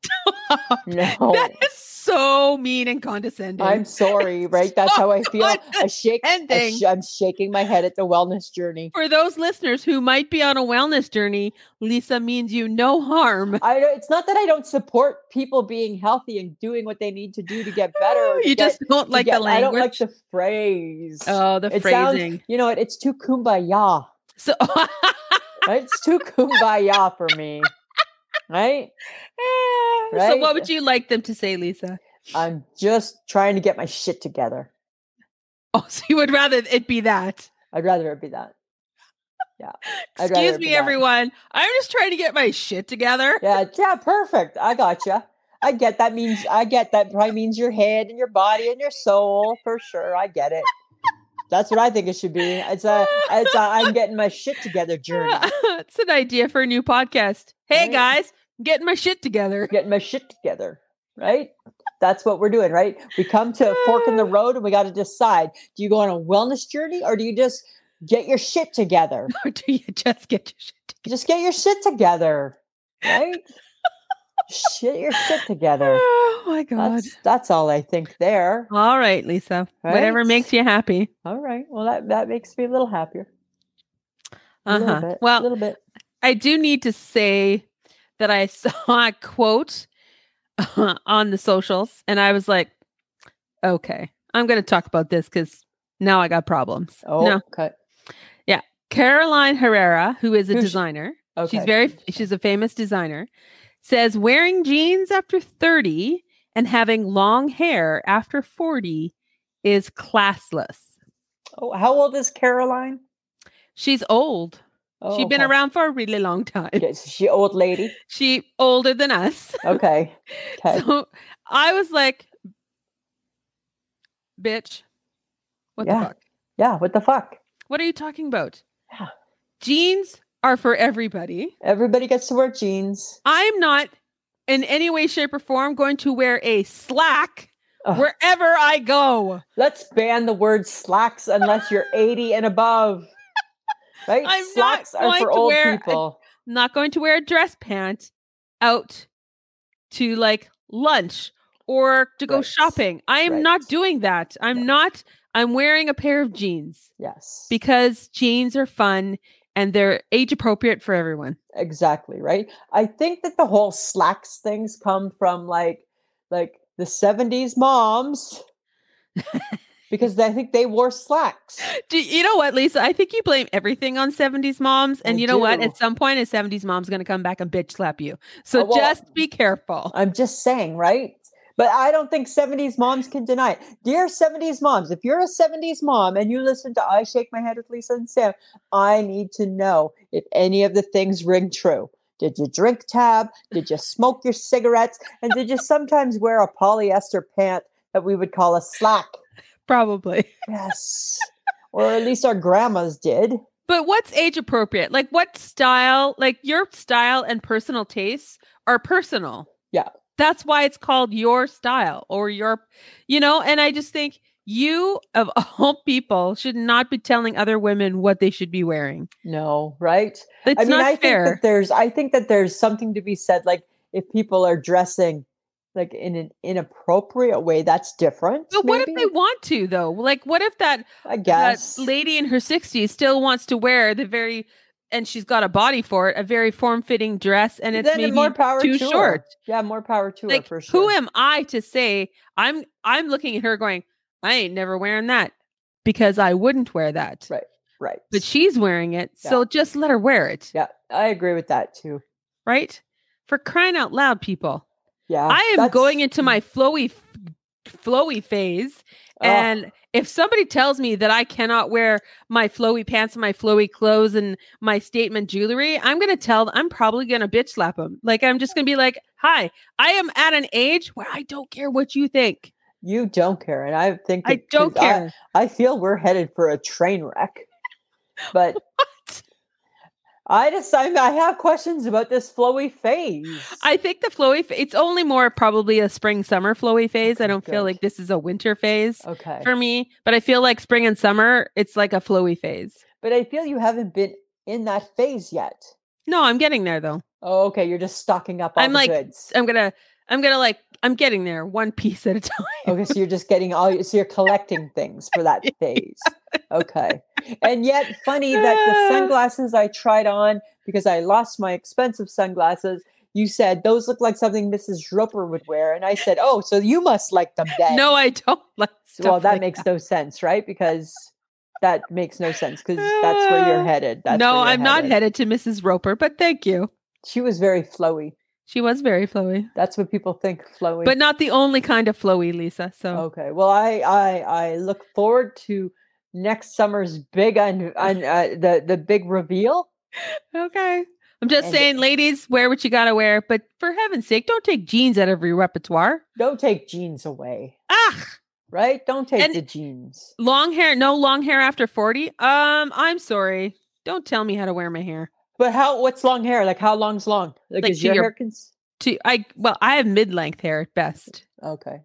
Speaker 1: no.
Speaker 2: that is so mean and condescending
Speaker 1: I'm sorry, right? That's how I feel. I shake. I
Speaker 2: ending
Speaker 1: sh- I'm shaking my head at the wellness journey.
Speaker 2: for those listeners who might be on a wellness journey lisa means you no harm
Speaker 1: I don't- it's not that I don't support people being healthy and doing what they need to do to get better. or to
Speaker 2: you
Speaker 1: get-
Speaker 2: just don't
Speaker 1: to
Speaker 2: like the
Speaker 1: get-
Speaker 2: language
Speaker 1: I don't like the phrase.
Speaker 2: oh the
Speaker 1: It sounds-
Speaker 2: phrasing
Speaker 1: you know what? It's too kumbaya.
Speaker 2: so
Speaker 1: Right? It's too kumbaya for me. Right?
Speaker 2: So,
Speaker 1: Right?
Speaker 2: what would you like them to say, Lisa?
Speaker 1: I'm just trying to get my shit together.
Speaker 2: Oh, so you would rather it be that.
Speaker 1: I'd rather it be that. I'd rather
Speaker 2: Excuse
Speaker 1: it be
Speaker 2: me,
Speaker 1: that.
Speaker 2: everyone. I'm just trying to get my shit together.
Speaker 1: Yeah, yeah, perfect. I gotcha. I get that means I get that probably means your head and your body and your soul for sure. I get it. That's what I think it should be. It's a it's a I'm getting my shit together journey.
Speaker 2: it's an idea for a new podcast. Hey,
Speaker 1: Right.
Speaker 2: guys, I'm getting my shit together.
Speaker 1: Getting my shit together, right? That's what we're doing, right? We come to a fork in the road and we got to decide, do you go on a wellness journey or do you just get your shit together?
Speaker 2: Or do you just get your shit together?
Speaker 1: Just get your shit together, right? shit your shit together.
Speaker 2: Oh, my God. Oh.
Speaker 1: That's that's all I think there.
Speaker 2: All right, Lisa. Whatever
Speaker 1: Right?
Speaker 2: makes you happy.
Speaker 1: All right. Well, that that makes me a little happier. A
Speaker 2: Uh
Speaker 1: little
Speaker 2: huh.
Speaker 1: bit, a
Speaker 2: Well,
Speaker 1: little bit.
Speaker 2: I do need to say that I saw a quote on the socials and I was like, okay, I'm going to talk about this because Now I got problems.
Speaker 1: Oh,
Speaker 2: No.
Speaker 1: okay.
Speaker 2: Caroline Herrera, who is a
Speaker 1: Who's she?
Speaker 2: designer,
Speaker 1: okay.
Speaker 2: she's very she's a famous designer, says wearing jeans after 30 and having long hair after 40 is classless.
Speaker 1: Oh, how old is Caroline?
Speaker 2: She's old.
Speaker 1: Oh,
Speaker 2: She's been
Speaker 1: okay.
Speaker 2: around for a really long time.
Speaker 1: Yeah, Is she old lady?
Speaker 2: She older than us.
Speaker 1: Okay. Okay.
Speaker 2: So I was like, bitch, what
Speaker 1: Yeah.
Speaker 2: the fuck?
Speaker 1: yeah. What the fuck?
Speaker 2: What are you talking about?
Speaker 1: Yeah.
Speaker 2: Jeans are for everybody.
Speaker 1: Everybody gets to wear jeans.
Speaker 2: I'm not in any way, shape, or form going to wear a slack
Speaker 1: Ugh.
Speaker 2: wherever I go.
Speaker 1: Let's ban the word slacks unless you're 80 and above. Right?
Speaker 2: I'm not
Speaker 1: slacks are
Speaker 2: going
Speaker 1: for
Speaker 2: to
Speaker 1: old
Speaker 2: wear a-
Speaker 1: people.
Speaker 2: not going to wear a dress pant out to like lunch or to go
Speaker 1: Right.
Speaker 2: shopping. I am
Speaker 1: Right.
Speaker 2: not doing that. I'm
Speaker 1: No.
Speaker 2: not, I'm wearing a pair of jeans
Speaker 1: Yes.
Speaker 2: because jeans are fun and they're age appropriate for everyone.
Speaker 1: exactly right i think that the whole slacks things come from like like the 70s moms because they- i think they wore slacks
Speaker 2: Do you know what, Lisa? I think you blame everything on 70s moms. And
Speaker 1: I
Speaker 2: you know what?
Speaker 1: do.
Speaker 2: At some point, a 70s mom's going to come back and bitch slap you. So
Speaker 1: Oh, well,
Speaker 2: just be careful.
Speaker 1: i'm just saying right but i don't think 70s moms can deny it dear 70s moms if you're a 70s mom and you listen to i shake my head with lisa and sam i need to know if any of the things ring true did you drink tab did you smoke your cigarettes and did you sometimes wear a polyester pant that we would call a slack
Speaker 2: Probably.
Speaker 1: Yes. or at least our grandmas did.
Speaker 2: But what's age appropriate? Like what style, like your style and personal tastes are personal.
Speaker 1: Yeah.
Speaker 2: That's why it's called your style or your, you know, and I just think you of all people should not be telling other women what they should be wearing.
Speaker 1: No, right?
Speaker 2: That's
Speaker 1: I mean,
Speaker 2: not
Speaker 1: I think
Speaker 2: fair.
Speaker 1: that there's I think that there's something to be said like if people are dressing like in an inappropriate way, that's different.
Speaker 2: But what if
Speaker 1: maybe?
Speaker 2: they want to though? Like what if that
Speaker 1: I guess
Speaker 2: that lady in her 60s still wants to wear the very and she's got a body for it, a very form-fitting dress and it's
Speaker 1: Then
Speaker 2: maybe
Speaker 1: more power
Speaker 2: too
Speaker 1: to her.
Speaker 2: short.
Speaker 1: Yeah, more power to her
Speaker 2: like
Speaker 1: for sure.
Speaker 2: who am i to say i'm i'm looking at her going i ain't never wearing that because i wouldn't wear that
Speaker 1: Right. right.
Speaker 2: but she's wearing it so just let her wear it
Speaker 1: yeah, I agree with that too.
Speaker 2: right for crying out loud people
Speaker 1: Yeah.
Speaker 2: i am
Speaker 1: that's-
Speaker 2: going into
Speaker 1: mm,
Speaker 2: my flowy f- flowy phase
Speaker 1: oh,
Speaker 2: and if somebody tells me that i cannot wear my flowy pants and my flowy clothes and my statement jewelry i'm going to tell i'm probably going to bitch slap them like i'm just going to be like hi i am at an age where i don't care what you think
Speaker 1: you don't care. And I think
Speaker 2: I
Speaker 1: that- 'cause
Speaker 2: don't care.
Speaker 1: I feel we're headed for a train wreck. But I just I, I have questions about this flowy phase.
Speaker 2: I, think the flowy, fa- it's only more probably a spring summer flowy phase. I
Speaker 1: Okay,
Speaker 2: don't feel
Speaker 1: good.
Speaker 2: like this is a winter phase
Speaker 1: Oh okay,
Speaker 2: for me, but I feel like spring and summer, it's like a flowy phase.
Speaker 1: but I feel you haven't been in that phase yet.
Speaker 2: No, I'm getting there though.
Speaker 1: Oh, okay, you're just stocking up on
Speaker 2: I'm
Speaker 1: the
Speaker 2: like-
Speaker 1: goods.
Speaker 2: I'm going to, I'm going to like, I'm getting there one piece at a time.
Speaker 1: Okay, so you're just getting all. So you're collecting things for that phase. Okay, and yet funny that the sunglasses I tried on because I lost my expensive sunglasses. You said those look like something Mrs. Roper would wear, and I said, "Oh, so you must like them then."
Speaker 2: No, I don't like stuff.
Speaker 1: well that
Speaker 2: like
Speaker 1: makes no sense right because that makes no sense because that's where you're
Speaker 2: Uh,
Speaker 1: headed that's where
Speaker 2: no,
Speaker 1: you're
Speaker 2: I'm not headed to Mrs. Roper, but thank you.
Speaker 1: she was very flowy
Speaker 2: She was very flowy,
Speaker 1: that's what people think flowy
Speaker 2: but not the only kind of flowy, Lisa. So
Speaker 1: okay well i i i look forward to next summer's big un, un, uh, the the big reveal
Speaker 2: Okay. I'm just
Speaker 1: Oh. And-
Speaker 2: saying, ladies, wear what you gotta wear, but for heaven's sake, don't take jeans out of your repertoire.
Speaker 1: don't take jeans away
Speaker 2: Ah,
Speaker 1: right don't take
Speaker 2: And-
Speaker 1: the jeans
Speaker 2: long hair, no long hair after 40. Um, I'm sorry. Don't tell me how to wear my hair.
Speaker 1: but how what's long hair like how long's long like,
Speaker 2: Like
Speaker 1: is
Speaker 2: to
Speaker 1: your,
Speaker 2: your-
Speaker 1: hair cons-
Speaker 2: To I well, I have mid-length hair at best.
Speaker 1: okay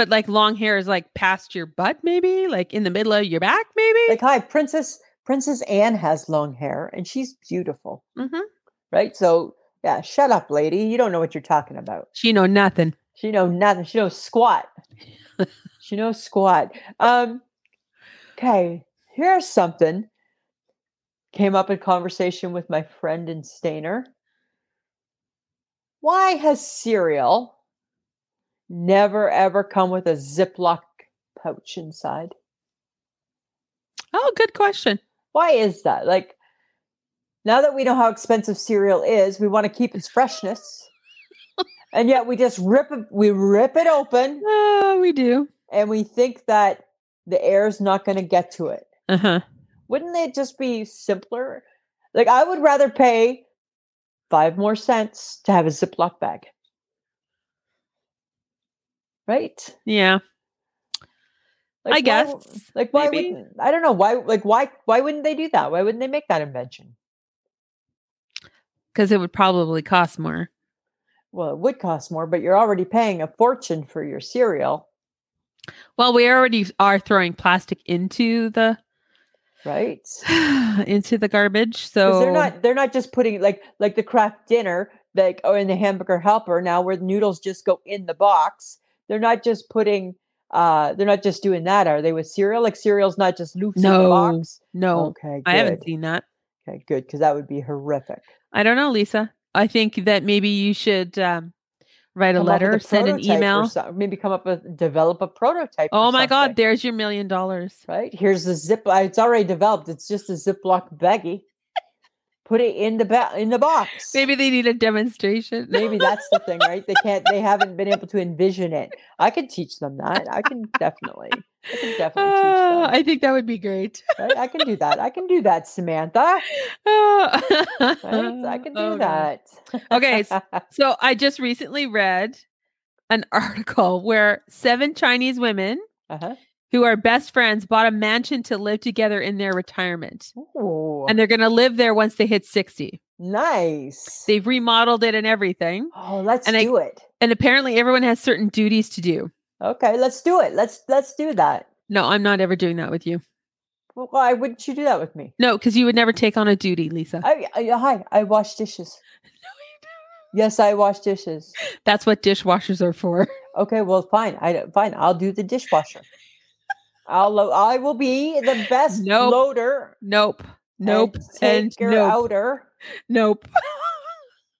Speaker 2: But like long hair is like past your butt, maybe, like in the middle of your back, maybe.
Speaker 1: like hi princess princess anne has long hair and she's beautiful
Speaker 2: Mhm.
Speaker 1: right? So yeah, shut up, lady. You don't know what you're talking about.
Speaker 2: She know nothing.
Speaker 1: She know nothing. She knows squat. she knows squat. Um, okay, here's something. Came up in conversation with my friend in Stainer. Why has cereal never ever come with a Ziploc pouch inside?
Speaker 2: Oh, good question.
Speaker 1: Why is that? Like, now that we know how expensive cereal is, we want to keep its freshness, and yet we just rip it, we rip it open,
Speaker 2: Oh, we do.
Speaker 1: and Uh, we think that the air is not going to get to it.
Speaker 2: Uh huh.
Speaker 1: Wouldn't it just be simpler? Like, I would rather pay five more cents to have a Ziploc bag, right?
Speaker 2: Yeah.
Speaker 1: Like,
Speaker 2: I
Speaker 1: why
Speaker 2: guess.
Speaker 1: won't- Like why
Speaker 2: Maybe.
Speaker 1: wouldn't I don't know why like why why wouldn't they do that? Why wouldn't they make that invention?
Speaker 2: Because it would probably cost more.
Speaker 1: Well, it would cost more, but you're already paying a fortune for your cereal,
Speaker 2: Well, we already are throwing plastic into the
Speaker 1: right?
Speaker 2: into the garbage.
Speaker 1: 'Cause
Speaker 2: So
Speaker 1: they're not they're not just putting like like the craft dinner like or in the hamburger helper now where the noodles just go in the box. They're not just putting uh they're not just doing that, are they with cereal? Like cereal's not just loose in the
Speaker 2: No.
Speaker 1: box.
Speaker 2: no,
Speaker 1: okay, good.
Speaker 2: I haven't seen that.
Speaker 1: Okay, good, because that would be horrific.
Speaker 2: I don't know, Lisa. I think that maybe you should um, write a
Speaker 1: Come up with
Speaker 2: letter, send an
Speaker 1: prototype or
Speaker 2: email.
Speaker 1: so- maybe come up with develop a prototype. or
Speaker 2: Oh my
Speaker 1: something.
Speaker 2: God, there's your million dollars.
Speaker 1: right? Here's the zip. uh, It's already developed. It's just a Ziploc baggie. Put it in the ba- in the box.
Speaker 2: Maybe they need a demonstration.
Speaker 1: Maybe that's the thing, right? They can't. They haven't been able to envision it. I can teach them that. I can definitely. I can definitely teach
Speaker 2: Oh,
Speaker 1: them.
Speaker 2: I think that would be great.
Speaker 1: Right? I can do that. I can do that, Samantha.
Speaker 2: Oh.
Speaker 1: Right? I can do
Speaker 2: Oh, no.
Speaker 1: that.
Speaker 2: Okay, s- So I just recently read an article where seven Chinese women
Speaker 1: uh-huh.
Speaker 2: who are best friends bought a mansion to live together in their retirement.
Speaker 1: Ooh,
Speaker 2: And they're going to live there once they hit 60.
Speaker 1: nice.
Speaker 2: They've remodeled it and everything.
Speaker 1: Oh, let's
Speaker 2: and I-
Speaker 1: do it.
Speaker 2: And apparently, everyone has certain duties to do.
Speaker 1: Okay, let's do it. Let's let's do that.
Speaker 2: No, I'm not ever doing that with you.
Speaker 1: Well, Why wouldn't you do that with me?
Speaker 2: No, because you would never take on a duty, Lisa.
Speaker 1: I, I oh, hi, I wash dishes. Yes, I wash dishes.
Speaker 2: That's what dishwashers are for.
Speaker 1: Okay, well, fine. I don't- fine. I'll do the dishwasher. I'll lo- I will be the best
Speaker 2: Nope.
Speaker 1: loader.
Speaker 2: Nope. Nope. And,
Speaker 1: And taker
Speaker 2: nope.
Speaker 1: outer.
Speaker 2: Nope.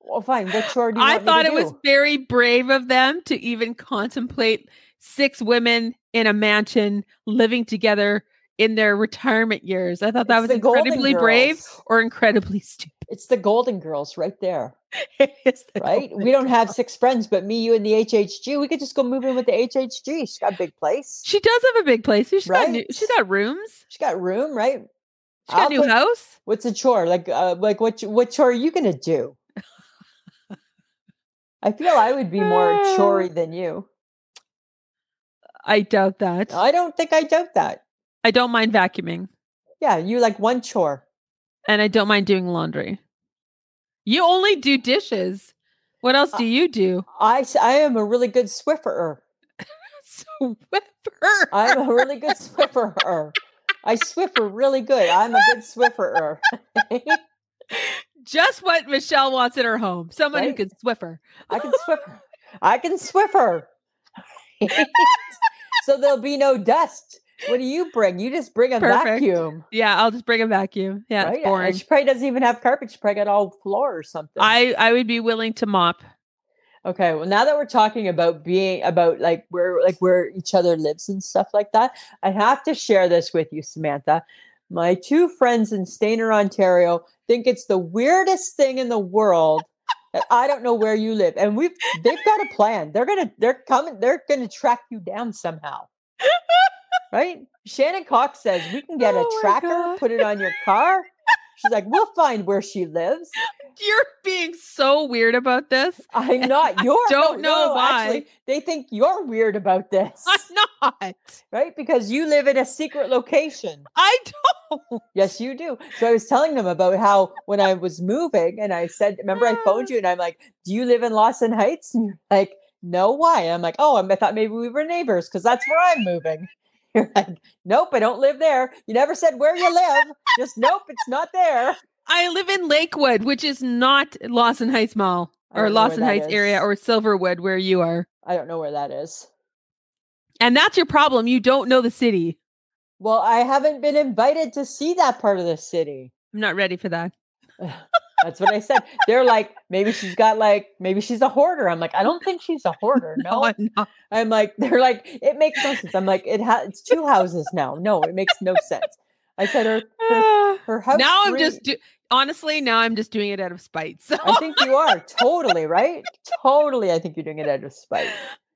Speaker 1: Well, fine. What chore do you
Speaker 2: I
Speaker 1: want me
Speaker 2: thought
Speaker 1: to
Speaker 2: it was
Speaker 1: do?
Speaker 2: very brave of them to even contemplate six women in a mansion living together in their retirement years. I thought that
Speaker 1: It's
Speaker 2: was
Speaker 1: the Golden
Speaker 2: incredibly brave
Speaker 1: Girls.
Speaker 2: or incredibly stupid.
Speaker 1: It's the Golden Girls right there,
Speaker 2: It's the
Speaker 1: right?
Speaker 2: Golden
Speaker 1: we don't have
Speaker 2: Girls.
Speaker 1: six friends, but me, you, and the HHG. We could just go move in with the HHG. She's got a big place.
Speaker 2: She does have a big place. She's got new,
Speaker 1: Right?
Speaker 2: she's got rooms.
Speaker 1: She's got room, right?
Speaker 2: She's got
Speaker 1: I'll
Speaker 2: a new
Speaker 1: take-
Speaker 2: house.
Speaker 1: What's a chore? Like, uh, like what? ch- What chore are you gonna do? I feel I would be more
Speaker 2: Ah.
Speaker 1: chorey than you.
Speaker 2: I doubt that.
Speaker 1: I don't think I doubt that.
Speaker 2: I don't mind vacuuming
Speaker 1: Yeah, you like one chore.
Speaker 2: and I don't mind doing laundry. You only do dishes. What else
Speaker 1: Uh,
Speaker 2: do you do?
Speaker 1: I s- I am a really good swiffer.
Speaker 2: So whipper.
Speaker 1: I'm a really good swiffer. I swiffer really good. I'm a good swiffer.
Speaker 2: just what Michelle wants in her home. Someone who
Speaker 1: Right?
Speaker 2: can swiffer.
Speaker 1: I can swiffer. I can swiffer. so there'll be no dust. What do you bring? You just bring a
Speaker 2: Perfect.
Speaker 1: vacuum.
Speaker 2: Yeah, I'll just bring a vacuum. Yeah,
Speaker 1: right?
Speaker 2: it's boring.
Speaker 1: And She probably doesn't even have carpet. She probably got all floor or something.
Speaker 2: I I would be willing to mop.
Speaker 1: Okay, well now that we're talking about being about like where like where each other lives and stuff like that, I have to share this with you, Samantha. My two friends in Stainer, Ontario think it's the weirdest thing in the world that I don't know where you live. And we've they've got a plan. They're gonna they're coming, they're gonna track you down somehow. Right? Shannon Cox says we can get
Speaker 2: Oh
Speaker 1: a
Speaker 2: my
Speaker 1: tracker,
Speaker 2: God.
Speaker 1: put it on your car. She's like, we'll find where she lives.
Speaker 2: You're being so weird about this.
Speaker 1: I'm not. You're
Speaker 2: don't
Speaker 1: oh,
Speaker 2: know
Speaker 1: no, actually,
Speaker 2: why.
Speaker 1: they think you're weird about this,
Speaker 2: I'm not.
Speaker 1: right? Because you live in a secret location.
Speaker 2: I don't.
Speaker 1: Yes, you do. So I was telling them about how when I was moving, and I said, "Remember, I phoned you," and I'm like, "Do you live in Lawson Heights?" And you're like, "No, why?" And I'm like, "Oh, I thought maybe we were neighbors because that's where I'm moving." You're like, "Nope, I don't live there. You never said where you live. Just nope, it's not there."
Speaker 2: I live in Lakewood, which is not Lawson Heights Mall
Speaker 1: I don't know
Speaker 2: or
Speaker 1: where
Speaker 2: Lawson
Speaker 1: that
Speaker 2: Heights area
Speaker 1: is.
Speaker 2: or Silverwood where you are.
Speaker 1: I don't know where that is.
Speaker 2: And that's your problem. You don't know the city.
Speaker 1: Well, I haven't been invited to see that part of the city.
Speaker 2: I'm not ready for that.
Speaker 1: That's what I said. They're like, maybe she's got like, maybe she's a hoarder. I'm like, I don't think she's a hoarder. No,
Speaker 2: No, I'm not.
Speaker 1: I'm like, they're like, it makes no sense. I'm like, it ha- it's two houses now. No, it makes no sense. I said her her,
Speaker 2: Ah,
Speaker 1: her house.
Speaker 2: now I'm
Speaker 1: ring-
Speaker 2: just do- honestly now I'm just doing it out of spite. So
Speaker 1: I think you are totally right. Totally, I think you're doing it out of spite.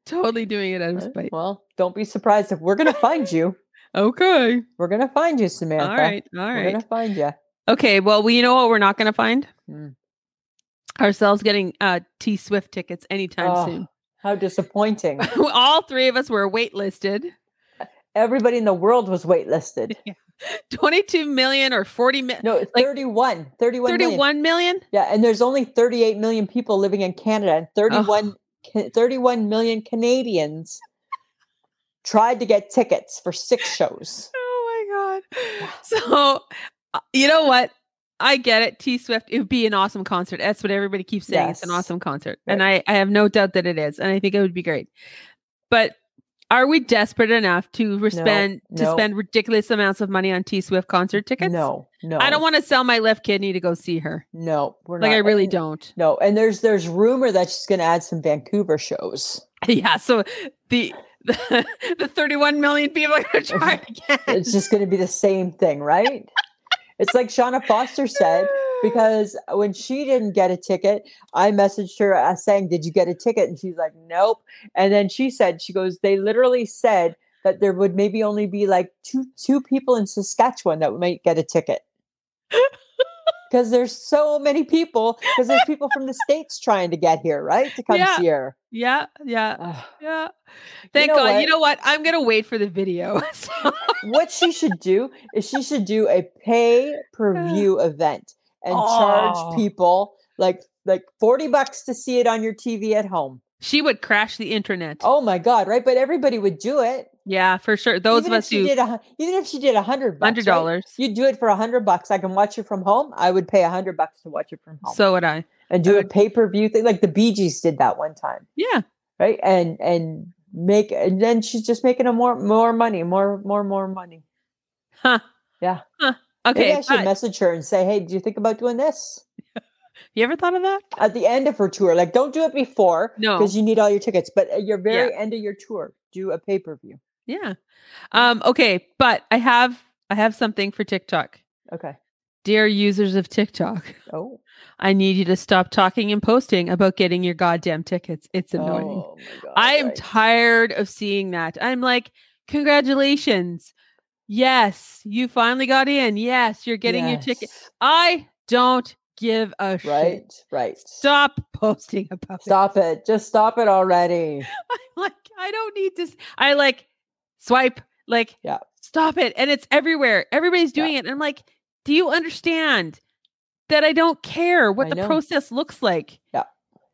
Speaker 2: totally doing it out of
Speaker 1: Uh,
Speaker 2: spite.
Speaker 1: Well, don't be surprised if we're gonna find you.
Speaker 2: Okay.
Speaker 1: We're gonna find you, Samantha.
Speaker 2: All right. All
Speaker 1: We're
Speaker 2: right.
Speaker 1: gonna find you.
Speaker 2: Okay. Well, we, you know what we're not going to find?
Speaker 1: Hmm.
Speaker 2: Ourselves getting uh, T Swift tickets anytime
Speaker 1: Oh,
Speaker 2: soon.
Speaker 1: How disappointing!
Speaker 2: All three of us were waitlisted.
Speaker 1: Everybody in the world was waitlisted.
Speaker 2: 22 million or 40 mi-
Speaker 1: No, it's 31, 31, million.
Speaker 2: 31 million?
Speaker 1: Yeah, and there's only 38 million people living in Canada, and 31, Ca- 31 million Canadians tried to get tickets for six shows.
Speaker 2: Oh my
Speaker 1: Yeah.
Speaker 2: god. So uh, you know what? I get it. T Swift, it would be an awesome concert. That's what everybody keeps saying. It's an
Speaker 1: Yes.
Speaker 2: awesome concert. And I, I have no doubt that it is. And I think it would be great. But are we desperate enough to re-
Speaker 1: No,
Speaker 2: spend to
Speaker 1: no.
Speaker 2: spend ridiculous amounts of money on T Swift concert tickets?
Speaker 1: No, no,
Speaker 2: I don't want to sell my left kidney to go see her.
Speaker 1: No, we're
Speaker 2: Like
Speaker 1: not.
Speaker 2: I really
Speaker 1: and-
Speaker 2: don't.
Speaker 1: No, and there's there's rumor that she's going to add some Vancouver shows.
Speaker 2: Yeah. So the the, the 31 million people are gonna try again.
Speaker 1: It's just going to be the same thing, right? it's like Shauna Foster said. Because when she didn't get a ticket, I messaged her uh, saying, Did you get a ticket? And she's like, Nope. And then she said, She goes, They literally said that there would maybe only be like two two people in Saskatchewan that might get a ticket. Because there's so many people, because there's people from the States trying to get here, right? To come
Speaker 2: Yeah.
Speaker 1: here.
Speaker 2: yeah, yeah.
Speaker 1: Ugh.
Speaker 2: Yeah. Thank
Speaker 1: know
Speaker 2: God. You
Speaker 1: what?
Speaker 2: know what? I'm gonna wait for the video. So-
Speaker 1: what she should do is she should do a pay per view event and
Speaker 2: Oh.
Speaker 1: charge people like like 40 bucks to see it on your TV at home.
Speaker 2: she would crash the internet.
Speaker 1: Oh my god, right? But everybody would do it.
Speaker 2: Yeah, for sure. Those
Speaker 1: even if
Speaker 2: of us
Speaker 1: she
Speaker 2: who
Speaker 1: did a, hun- even if she did a hundred bucks,
Speaker 2: hundred
Speaker 1: right?
Speaker 2: dollars.
Speaker 1: You'd do it for a hundred bucks. I can watch it from home. I would pay a hundred bucks to watch it from home
Speaker 2: So would I.
Speaker 1: and do
Speaker 2: I
Speaker 1: a
Speaker 2: would-
Speaker 1: pay per view thing, like the Bee Gees did that one time,
Speaker 2: Yeah.
Speaker 1: right? And and make and then she's just making a more more money, more more more money.
Speaker 2: Huh.
Speaker 1: Yeah.
Speaker 2: Huh.
Speaker 1: Maybe
Speaker 2: Okay.
Speaker 1: I should
Speaker 2: but-
Speaker 1: message her and say, "Hey, do you think about doing this
Speaker 2: you ever thought of that?
Speaker 1: at the end of her tour? Like, don't do it before,
Speaker 2: No.
Speaker 1: because you need all your tickets. But at your very end of your tour, do a pay per view.
Speaker 2: Yeah. Um, okay, but I have I have something for TikTok.
Speaker 1: Okay.
Speaker 2: Dear users of TikTok,
Speaker 1: Oh,
Speaker 2: I need you to stop talking and posting about getting your goddamn tickets. It's annoying.
Speaker 1: Oh my God,
Speaker 2: I am
Speaker 1: right.
Speaker 2: tired of seeing that. I'm like, congratulations. Yes, you finally got in. Yes, you're getting your ticket.
Speaker 1: Yes.
Speaker 2: I don't give a shit.
Speaker 1: Right. Right.
Speaker 2: Stop posting about
Speaker 1: Stop it. Just stop it already.
Speaker 2: it. I'm like, I don't need this. I like swipe, like,
Speaker 1: Yeah.
Speaker 2: stop it. And it's everywhere. Everybody's
Speaker 1: Yeah.
Speaker 2: doing it. And I'm like, do you understand that I don't care what
Speaker 1: I
Speaker 2: the
Speaker 1: know.
Speaker 2: process looks like?
Speaker 1: Yeah.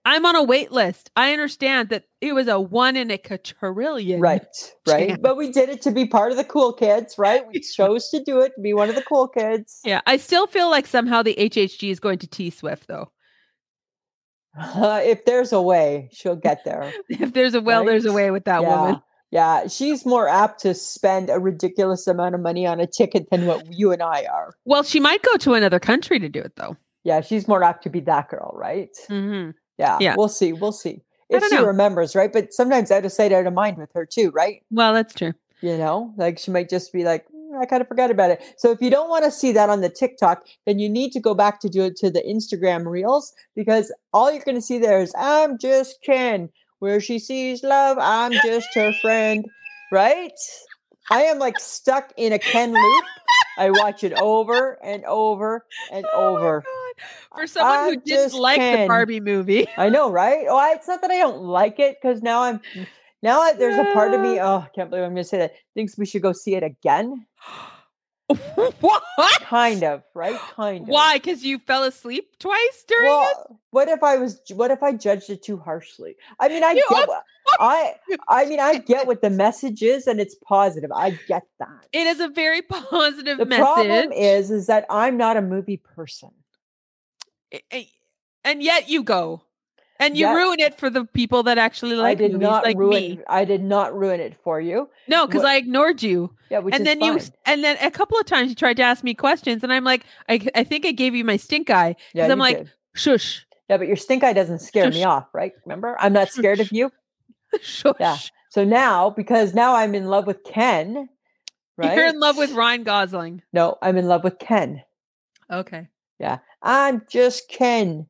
Speaker 2: I'm on a wait list. I understand that it was a one in a quadrillion.
Speaker 1: Right. Right. But we did it to be part of the cool kids, right? We chose to do it to be one of the cool kids.
Speaker 2: Yeah, I still feel like somehow the HHG is going to T Swift though.
Speaker 1: if there's a way, she'll get there.
Speaker 2: If there's a will, there's a
Speaker 1: Right?
Speaker 2: way with that woman.
Speaker 1: Yeah, she's more apt to spend a ridiculous amount of money on a ticket than what you and I are.
Speaker 2: Well, she might go to another country to do it though.
Speaker 1: Yeah, she's more apt to be that girl, right?
Speaker 2: Mm-hmm.
Speaker 1: Yeah,
Speaker 2: Yeah.
Speaker 1: we'll see. We'll see.
Speaker 2: I
Speaker 1: If
Speaker 2: don't
Speaker 1: she
Speaker 2: know.
Speaker 1: remembers, right? But sometimes out of sight, out of mind with her too, right?
Speaker 2: Well, that's true.
Speaker 1: You know, like she might just be like, "Mm, I kind of forgot about it. So if you don't want to see that on the TikTok, then you need to go back to do it to the Instagram reels because all you're going to see there is, I'm just Ken. Where she sees love, I'm just her friend, right? I am like stuck in a Ken loop. I watch it over and over and
Speaker 2: Oh my
Speaker 1: over.
Speaker 2: God. For someone who
Speaker 1: I'm
Speaker 2: didn't
Speaker 1: just
Speaker 2: like the
Speaker 1: Ken.
Speaker 2: Barbie movie,
Speaker 1: I know, right? Oh, I, it's not that I don't like it because now I'm now I, there's a part of me. Oh, I can't believe I'm going to say that. Thinks we should go see it again.
Speaker 2: what?
Speaker 1: Kind of, right? Kind of.
Speaker 2: Why? Because you fell asleep twice during it.
Speaker 1: Well, uh, what if I was? ju- What if I judged it too harshly? I mean, I
Speaker 2: You
Speaker 1: get.
Speaker 2: of
Speaker 1: what- I
Speaker 2: you
Speaker 1: I mean, I get what the message is, and it's positive. I get that.
Speaker 2: It is a very positive
Speaker 1: The
Speaker 2: message.
Speaker 1: problem is, is that I'm not a movie person.
Speaker 2: I- I- and yet you go, and you
Speaker 1: Yet-
Speaker 2: ruin it for the people that actually like
Speaker 1: I did
Speaker 2: movies,
Speaker 1: not
Speaker 2: like
Speaker 1: ruin.
Speaker 2: me.
Speaker 1: I did not ruin it for you.
Speaker 2: No, because
Speaker 1: What-
Speaker 2: I ignored you.
Speaker 1: Yeah, which
Speaker 2: and
Speaker 1: is
Speaker 2: then you
Speaker 1: fine.
Speaker 2: s- and then a couple of times you tried to ask me questions and i'm like i, g- I think i gave you my stink eye
Speaker 1: yeah,
Speaker 2: 'cause I'm
Speaker 1: you
Speaker 2: like,
Speaker 1: did.
Speaker 2: shush
Speaker 1: Yeah, but your stink eye doesn't scare
Speaker 2: Shush.
Speaker 1: me off, right? Remember, I'm not scared of you.
Speaker 2: shush
Speaker 1: So now, because now I'm in love with Ken, right?
Speaker 2: You're in love with Ryan Gosling.
Speaker 1: No, I'm in love with Ken.
Speaker 2: Okay.
Speaker 1: I'm just Ken.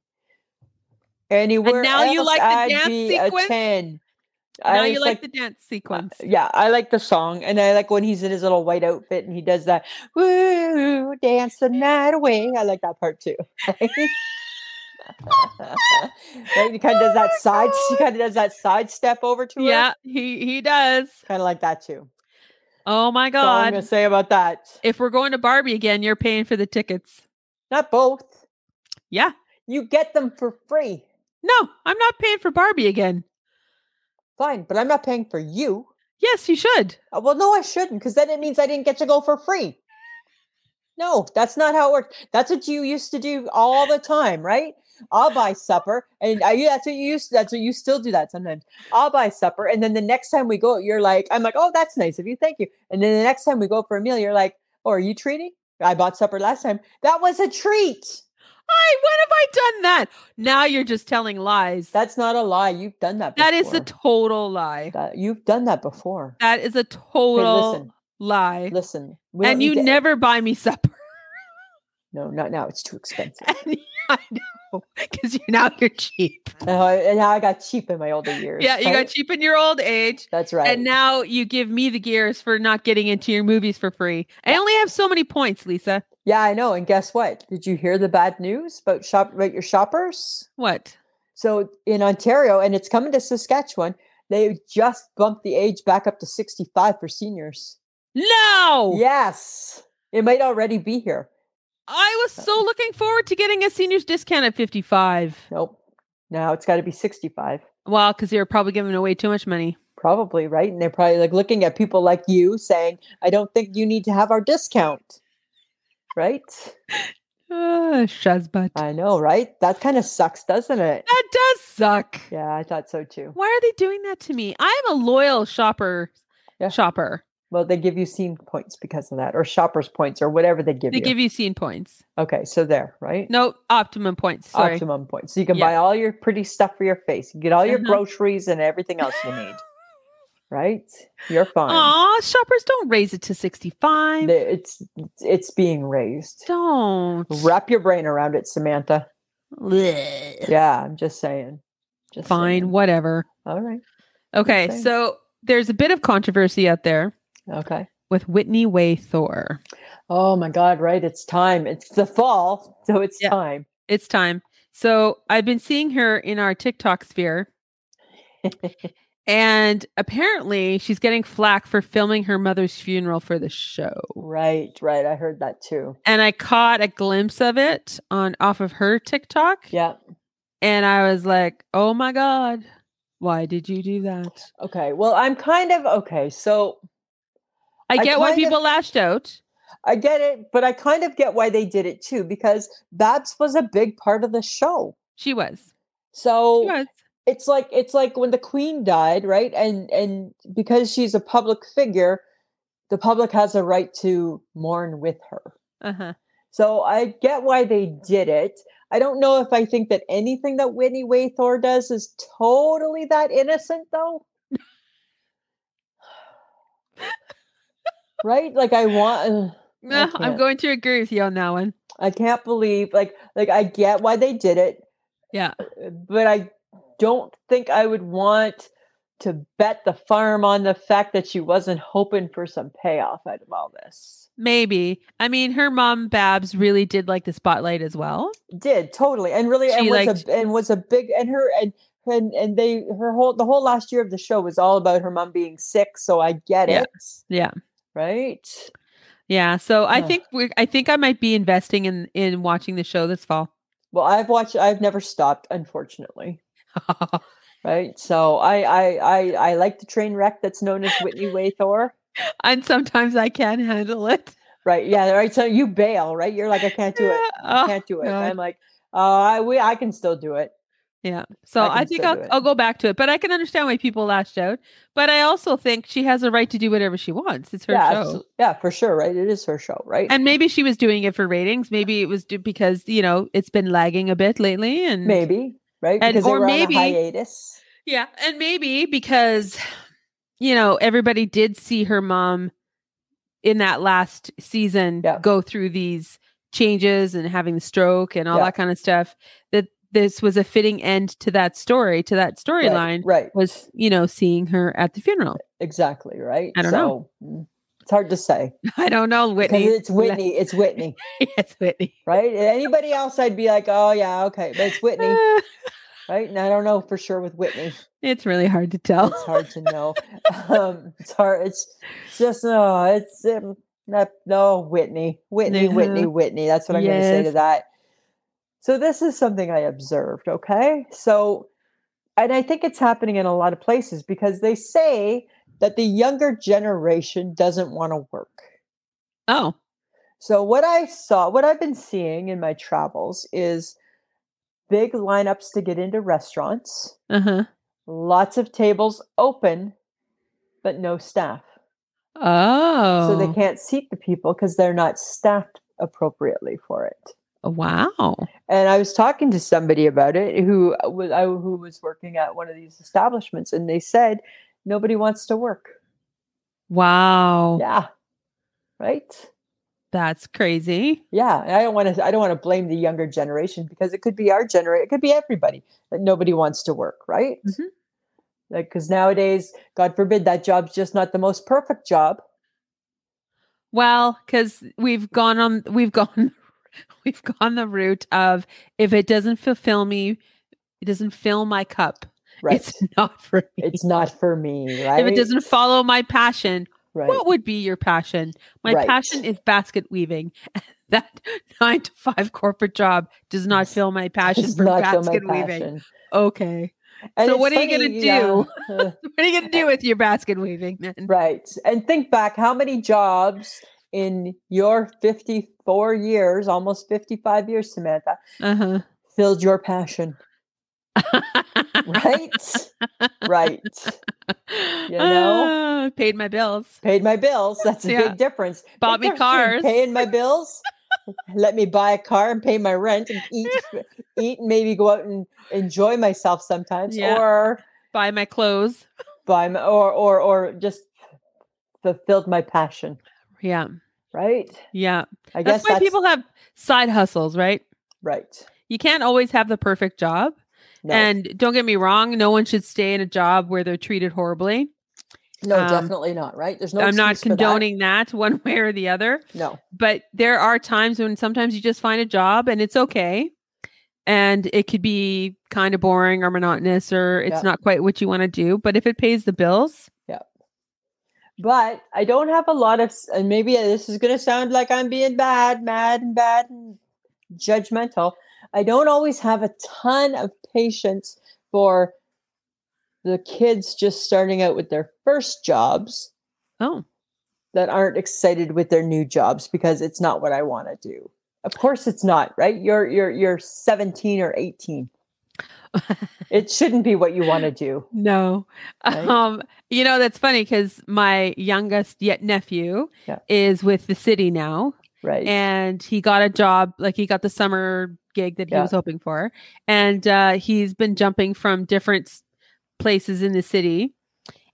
Speaker 1: Anywhere
Speaker 2: now you
Speaker 1: else,
Speaker 2: like the
Speaker 1: I'd
Speaker 2: dance
Speaker 1: be
Speaker 2: sequence?
Speaker 1: a ten. I
Speaker 2: Now you
Speaker 1: was uh,
Speaker 2: like, the dance sequence.
Speaker 1: yeah, I like the song, and I like when he's in his little white outfit and he does that "woo dance the night away." I like that part too. Right, he kind of
Speaker 2: Oh
Speaker 1: does that
Speaker 2: my
Speaker 1: side. He
Speaker 2: God.
Speaker 1: kind of does that side step over to her.
Speaker 2: yeah, he he does.
Speaker 1: kind of like that too.
Speaker 2: Oh my
Speaker 1: That's all I'm
Speaker 2: god.
Speaker 1: gonna say about that.
Speaker 2: if we're going to Barbie again, you're paying for the tickets.
Speaker 1: Not both.
Speaker 2: Yeah.
Speaker 1: You get them for free.
Speaker 2: No, I'm not paying for Barbie again.
Speaker 1: Fine, but I'm not paying for you.
Speaker 2: Yes, you should.
Speaker 1: Uh, Well, no, I shouldn't, because then it means I didn't get to go for free. No, that's not how it works. That's what you used to do all the time, right? I'll buy supper, and I, yeah, that's what you used. That's what you still do that sometimes. I'll buy supper, and then the next time we go, you're like, I'm like, oh, that's nice of you, thank you. And then the next time we go for a meal, you're like, oh, are you treating? I bought supper last time. That was a treat.
Speaker 2: I when have I done that? Now you're just telling lies.
Speaker 1: That's not a lie. You've done that. Before.
Speaker 2: that is a total lie.
Speaker 1: That- you've done that before.
Speaker 2: That is a
Speaker 1: Okay,
Speaker 2: total
Speaker 1: listen,
Speaker 2: lie.
Speaker 1: listen. We don't
Speaker 2: And
Speaker 1: need
Speaker 2: you
Speaker 1: to-
Speaker 2: never buy me supper.
Speaker 1: No, not now. It's too expensive.
Speaker 2: And I know because you now you're cheap.
Speaker 1: And how I, Uh, and how I got cheap in my older years.
Speaker 2: Yeah, you
Speaker 1: right?
Speaker 2: got cheap in your old age.
Speaker 1: That's right.
Speaker 2: And now you give me the gears for not getting into your movies for free. I only have so many points, Lisa.
Speaker 1: yeah, I know. And guess what? Did you hear the bad news about shop about your shoppers?
Speaker 2: What?
Speaker 1: So in Ontario, and it's coming to Saskatchewan, they just bumped the age back up to 65 for seniors.
Speaker 2: No.
Speaker 1: Yes. It might already be here.
Speaker 2: I was so looking forward to getting a senior's discount at 55.
Speaker 1: Nope. Now it's got to be 65.
Speaker 2: Well, because they were probably giving away too much money.
Speaker 1: Probably, right? And they're probably like looking at people like you saying, I don't think you need to have our discount. Right?
Speaker 2: Uh, Shazbut.
Speaker 1: I know, right? That kind of sucks, doesn't it?
Speaker 2: That does suck.
Speaker 1: Yeah, I thought so too.
Speaker 2: Why are they doing that to me? I'm a loyal shopper.
Speaker 1: Yeah.
Speaker 2: Shopper.
Speaker 1: Well, they give you scene points because of that, or shoppers points, or whatever they give
Speaker 2: They
Speaker 1: you.
Speaker 2: give you scene points.
Speaker 1: okay, so there, right?
Speaker 2: No, optimum points. Sorry.
Speaker 1: Optimum points. So you can
Speaker 2: Yeah.
Speaker 1: buy all your pretty stuff for your face. You get all your
Speaker 2: Uh-huh.
Speaker 1: groceries and everything else you need. Right? You're fine.
Speaker 2: Aw, shoppers don't raise it to 65.
Speaker 1: The- It's it's being raised.
Speaker 2: don't.
Speaker 1: Wrap your brain around it, Samantha.
Speaker 2: Blech.
Speaker 1: Yeah, I'm just saying. Just
Speaker 2: Fine,
Speaker 1: saying.
Speaker 2: whatever.
Speaker 1: All right.
Speaker 2: Okay,
Speaker 1: saying.
Speaker 2: so there's a bit of controversy out there
Speaker 1: Okay.
Speaker 2: with Whitney Way Thor.
Speaker 1: Oh my God! Right, it's time. It's the fall, so it's
Speaker 2: Yeah.
Speaker 1: time.
Speaker 2: It's time. So I've been seeing her in our TikTok sphere, and apparently she's getting flack for filming her mother's funeral for the show.
Speaker 1: right, right. I heard that too.
Speaker 2: And I caught a glimpse of it on off of her TikTok,
Speaker 1: Yeah.
Speaker 2: and I was like, "Oh my god, why did you do that?"
Speaker 1: Okay. Well, I'm kind of okay. So
Speaker 2: I
Speaker 1: I
Speaker 2: get why
Speaker 1: kind of-
Speaker 2: people lashed out.
Speaker 1: I get it, but I kind of get why they did it too, because Babs was a big part of the show.
Speaker 2: She was. She
Speaker 1: So
Speaker 2: was.
Speaker 1: it's like it's like when the Queen died, right? And and because she's a public figure, the public has a right to mourn with her.
Speaker 2: Uh huh.
Speaker 1: So I get why they did it. I don't know if I think that anything that Whitney Waythor does is totally that innocent, though. right? Like I want.
Speaker 2: Nah, I'm
Speaker 1: can't.
Speaker 2: going to agree with you on that one.
Speaker 1: I can't believe like like I get why they did it, uh,
Speaker 2: Yeah.
Speaker 1: but I don't think I would want to bet the farm on the fact that she wasn't hoping for some payoff out of all this.
Speaker 2: Maybe. I mean, her mom Babs really did like the spotlight as well.
Speaker 1: Did totally and really and
Speaker 2: She
Speaker 1: was
Speaker 2: liked-
Speaker 1: a and was a big and her and and and they her whole the whole last year of the show was all about her mom being sick, so I get
Speaker 2: Yeah.
Speaker 1: it.
Speaker 2: Yeah.
Speaker 1: Right.
Speaker 2: Yeah. So I
Speaker 1: Ugh.
Speaker 2: think we I think I might be investing in in watching the show this fall.
Speaker 1: Well, I've watched I've never stopped, unfortunately. Right. So I I I, I like the train wreck that's known as Whitney Waythor.
Speaker 2: and sometimes I can handle it.
Speaker 1: Right. Yeah. Right. So you bail, right? You're like, I can't do it. I
Speaker 2: Yeah. Oh,
Speaker 1: can't do it.
Speaker 2: God.
Speaker 1: I'm like, uh, I we I can still do it.
Speaker 2: yeah. So
Speaker 1: I can
Speaker 2: I, think
Speaker 1: still
Speaker 2: I'll,
Speaker 1: do it.
Speaker 2: I'll go back to it, but I can understand why people lashed out. But I also think she has a right to do whatever she wants. It's her
Speaker 1: yeah,
Speaker 2: show.
Speaker 1: abso- yeah, for sure. Right. It is her show. Right.
Speaker 2: And maybe she was doing it for ratings. Maybe it was do- because, you know, it's been lagging a bit lately and
Speaker 1: maybe. Right.
Speaker 2: and-
Speaker 1: Because they
Speaker 2: or
Speaker 1: were
Speaker 2: maybe-
Speaker 1: on a hiatus.
Speaker 2: Yeah, and maybe because you know everybody did see her mom in that last season
Speaker 1: Yeah.
Speaker 2: go through these changes and having the stroke and all
Speaker 1: Yeah.
Speaker 2: that kind of stuff that this was a fitting end to that story to
Speaker 1: Right,
Speaker 2: that storyline
Speaker 1: right,
Speaker 2: was you know seeing her at the funeral
Speaker 1: exactly, right.
Speaker 2: I don't know.
Speaker 1: know. It's hard to say
Speaker 2: i don't know
Speaker 1: because
Speaker 2: whitney
Speaker 1: it's Whitney. It's Whitney,
Speaker 2: yes whitney
Speaker 1: right? Anybody else, I'd be like, oh yeah, okay, but it's Whitney,
Speaker 2: Ah,
Speaker 1: right? And I don't know for sure with Whitney.
Speaker 2: it's really hard to tell
Speaker 1: It's hard to know. um, it's hard. It's just no. It's um, not, no Whitney, Whitney, Whitney,
Speaker 2: Uh-huh.
Speaker 1: Whitney. That's what I'm going to say to
Speaker 2: Yes.
Speaker 1: that. So this is something I observed. Okay, so and I think it's happening in a lot of places because they say that the younger generation doesn't want to work.
Speaker 2: oh
Speaker 1: So what I saw, what I've been seeing in my travels is big lineups to get into restaurants
Speaker 2: uh-huh
Speaker 1: lots of tables open, but no staff.
Speaker 2: oh
Speaker 1: So they can't seat the people because they're not staffed appropriately for it.
Speaker 2: wow
Speaker 1: And I was talking to somebody about it who was I, who was working at one of these establishments, and they said nobody wants to work.
Speaker 2: wow
Speaker 1: Yeah, right.
Speaker 2: that's crazy
Speaker 1: Yeah, and I don't want to. I don't want to blame the younger generation because it could be our generation. It could be everybody that nobody wants to work, right?
Speaker 2: Mhm.
Speaker 1: Like because nowadays, God forbid, that job's just not the most perfect job.
Speaker 2: Well, because we've gone on, we've gone, we've gone the route of if it doesn't fulfill me, it doesn't fill my cup.
Speaker 1: Right.
Speaker 2: It's not for me.
Speaker 1: it's not for me, right?
Speaker 2: if it doesn't follow my passion,
Speaker 1: right.
Speaker 2: what would be your passion? My
Speaker 1: Right.
Speaker 2: passion is basket weaving. that nine to five corporate job does not
Speaker 1: Does-
Speaker 2: fill my passion
Speaker 1: It's
Speaker 2: for
Speaker 1: not so
Speaker 2: basket
Speaker 1: my
Speaker 2: weaving.
Speaker 1: passion.
Speaker 2: Okay. So what are you gonna
Speaker 1: do?
Speaker 2: What are you going to do with your basket weaving then?
Speaker 1: right. And think back how many jobs in your 54 years, almost 55 years, Samantha,
Speaker 2: Uh-huh.
Speaker 1: filled your passion, right? right.
Speaker 2: you
Speaker 1: know?
Speaker 2: Ah, paid my bills.
Speaker 1: Paid my bills. That's a
Speaker 2: Yeah.
Speaker 1: big difference. Big
Speaker 2: Bought me
Speaker 1: difference between
Speaker 2: cars.
Speaker 1: Paying my bills. Let me buy a car and pay my rent and eat, eat, and maybe go out and enjoy myself sometimes.
Speaker 2: Yeah.
Speaker 1: Or
Speaker 2: Buy my clothes.
Speaker 1: by my, or or or just fulfilled my passion
Speaker 2: Yeah.
Speaker 1: right
Speaker 2: Yeah.
Speaker 1: i
Speaker 2: that's
Speaker 1: guess
Speaker 2: why
Speaker 1: that's
Speaker 2: people have side hustles, right?
Speaker 1: right
Speaker 2: You can't always have the perfect job.
Speaker 1: no
Speaker 2: And don't get me wrong, no one should stay in a job where they're treated horribly.
Speaker 1: no
Speaker 2: um,
Speaker 1: definitely not right there's no
Speaker 2: I'm not
Speaker 1: excuse for that.
Speaker 2: condoning that. one way or the other,
Speaker 1: no
Speaker 2: but there are times when sometimes you just find a job and it's okay. And it could be kind of boring or monotonous or it's
Speaker 1: Yeah.
Speaker 2: not quite what you want to do, but if it pays the bills,
Speaker 1: but i don't have a lot of s- and maybe uh, this is going to sound like i'm being bad mad and bad and judgmental i don't always have a ton of patience for the kids just starting out with their first jobs
Speaker 2: oh,
Speaker 1: that aren't excited with their new jobs because it's not what I want to do. Of course it's not, right? You're you're you're 17 or 18. it shouldn't be what you want to do.
Speaker 2: No.
Speaker 1: Right?
Speaker 2: Um, you know, that's funny because my youngest yet nephew
Speaker 1: Yeah.
Speaker 2: is with the city now
Speaker 1: Right.
Speaker 2: and he got a job, like he got the summer gig that he
Speaker 1: Yeah.
Speaker 2: was hoping for. And uh, he's been jumping from different s- places in the city.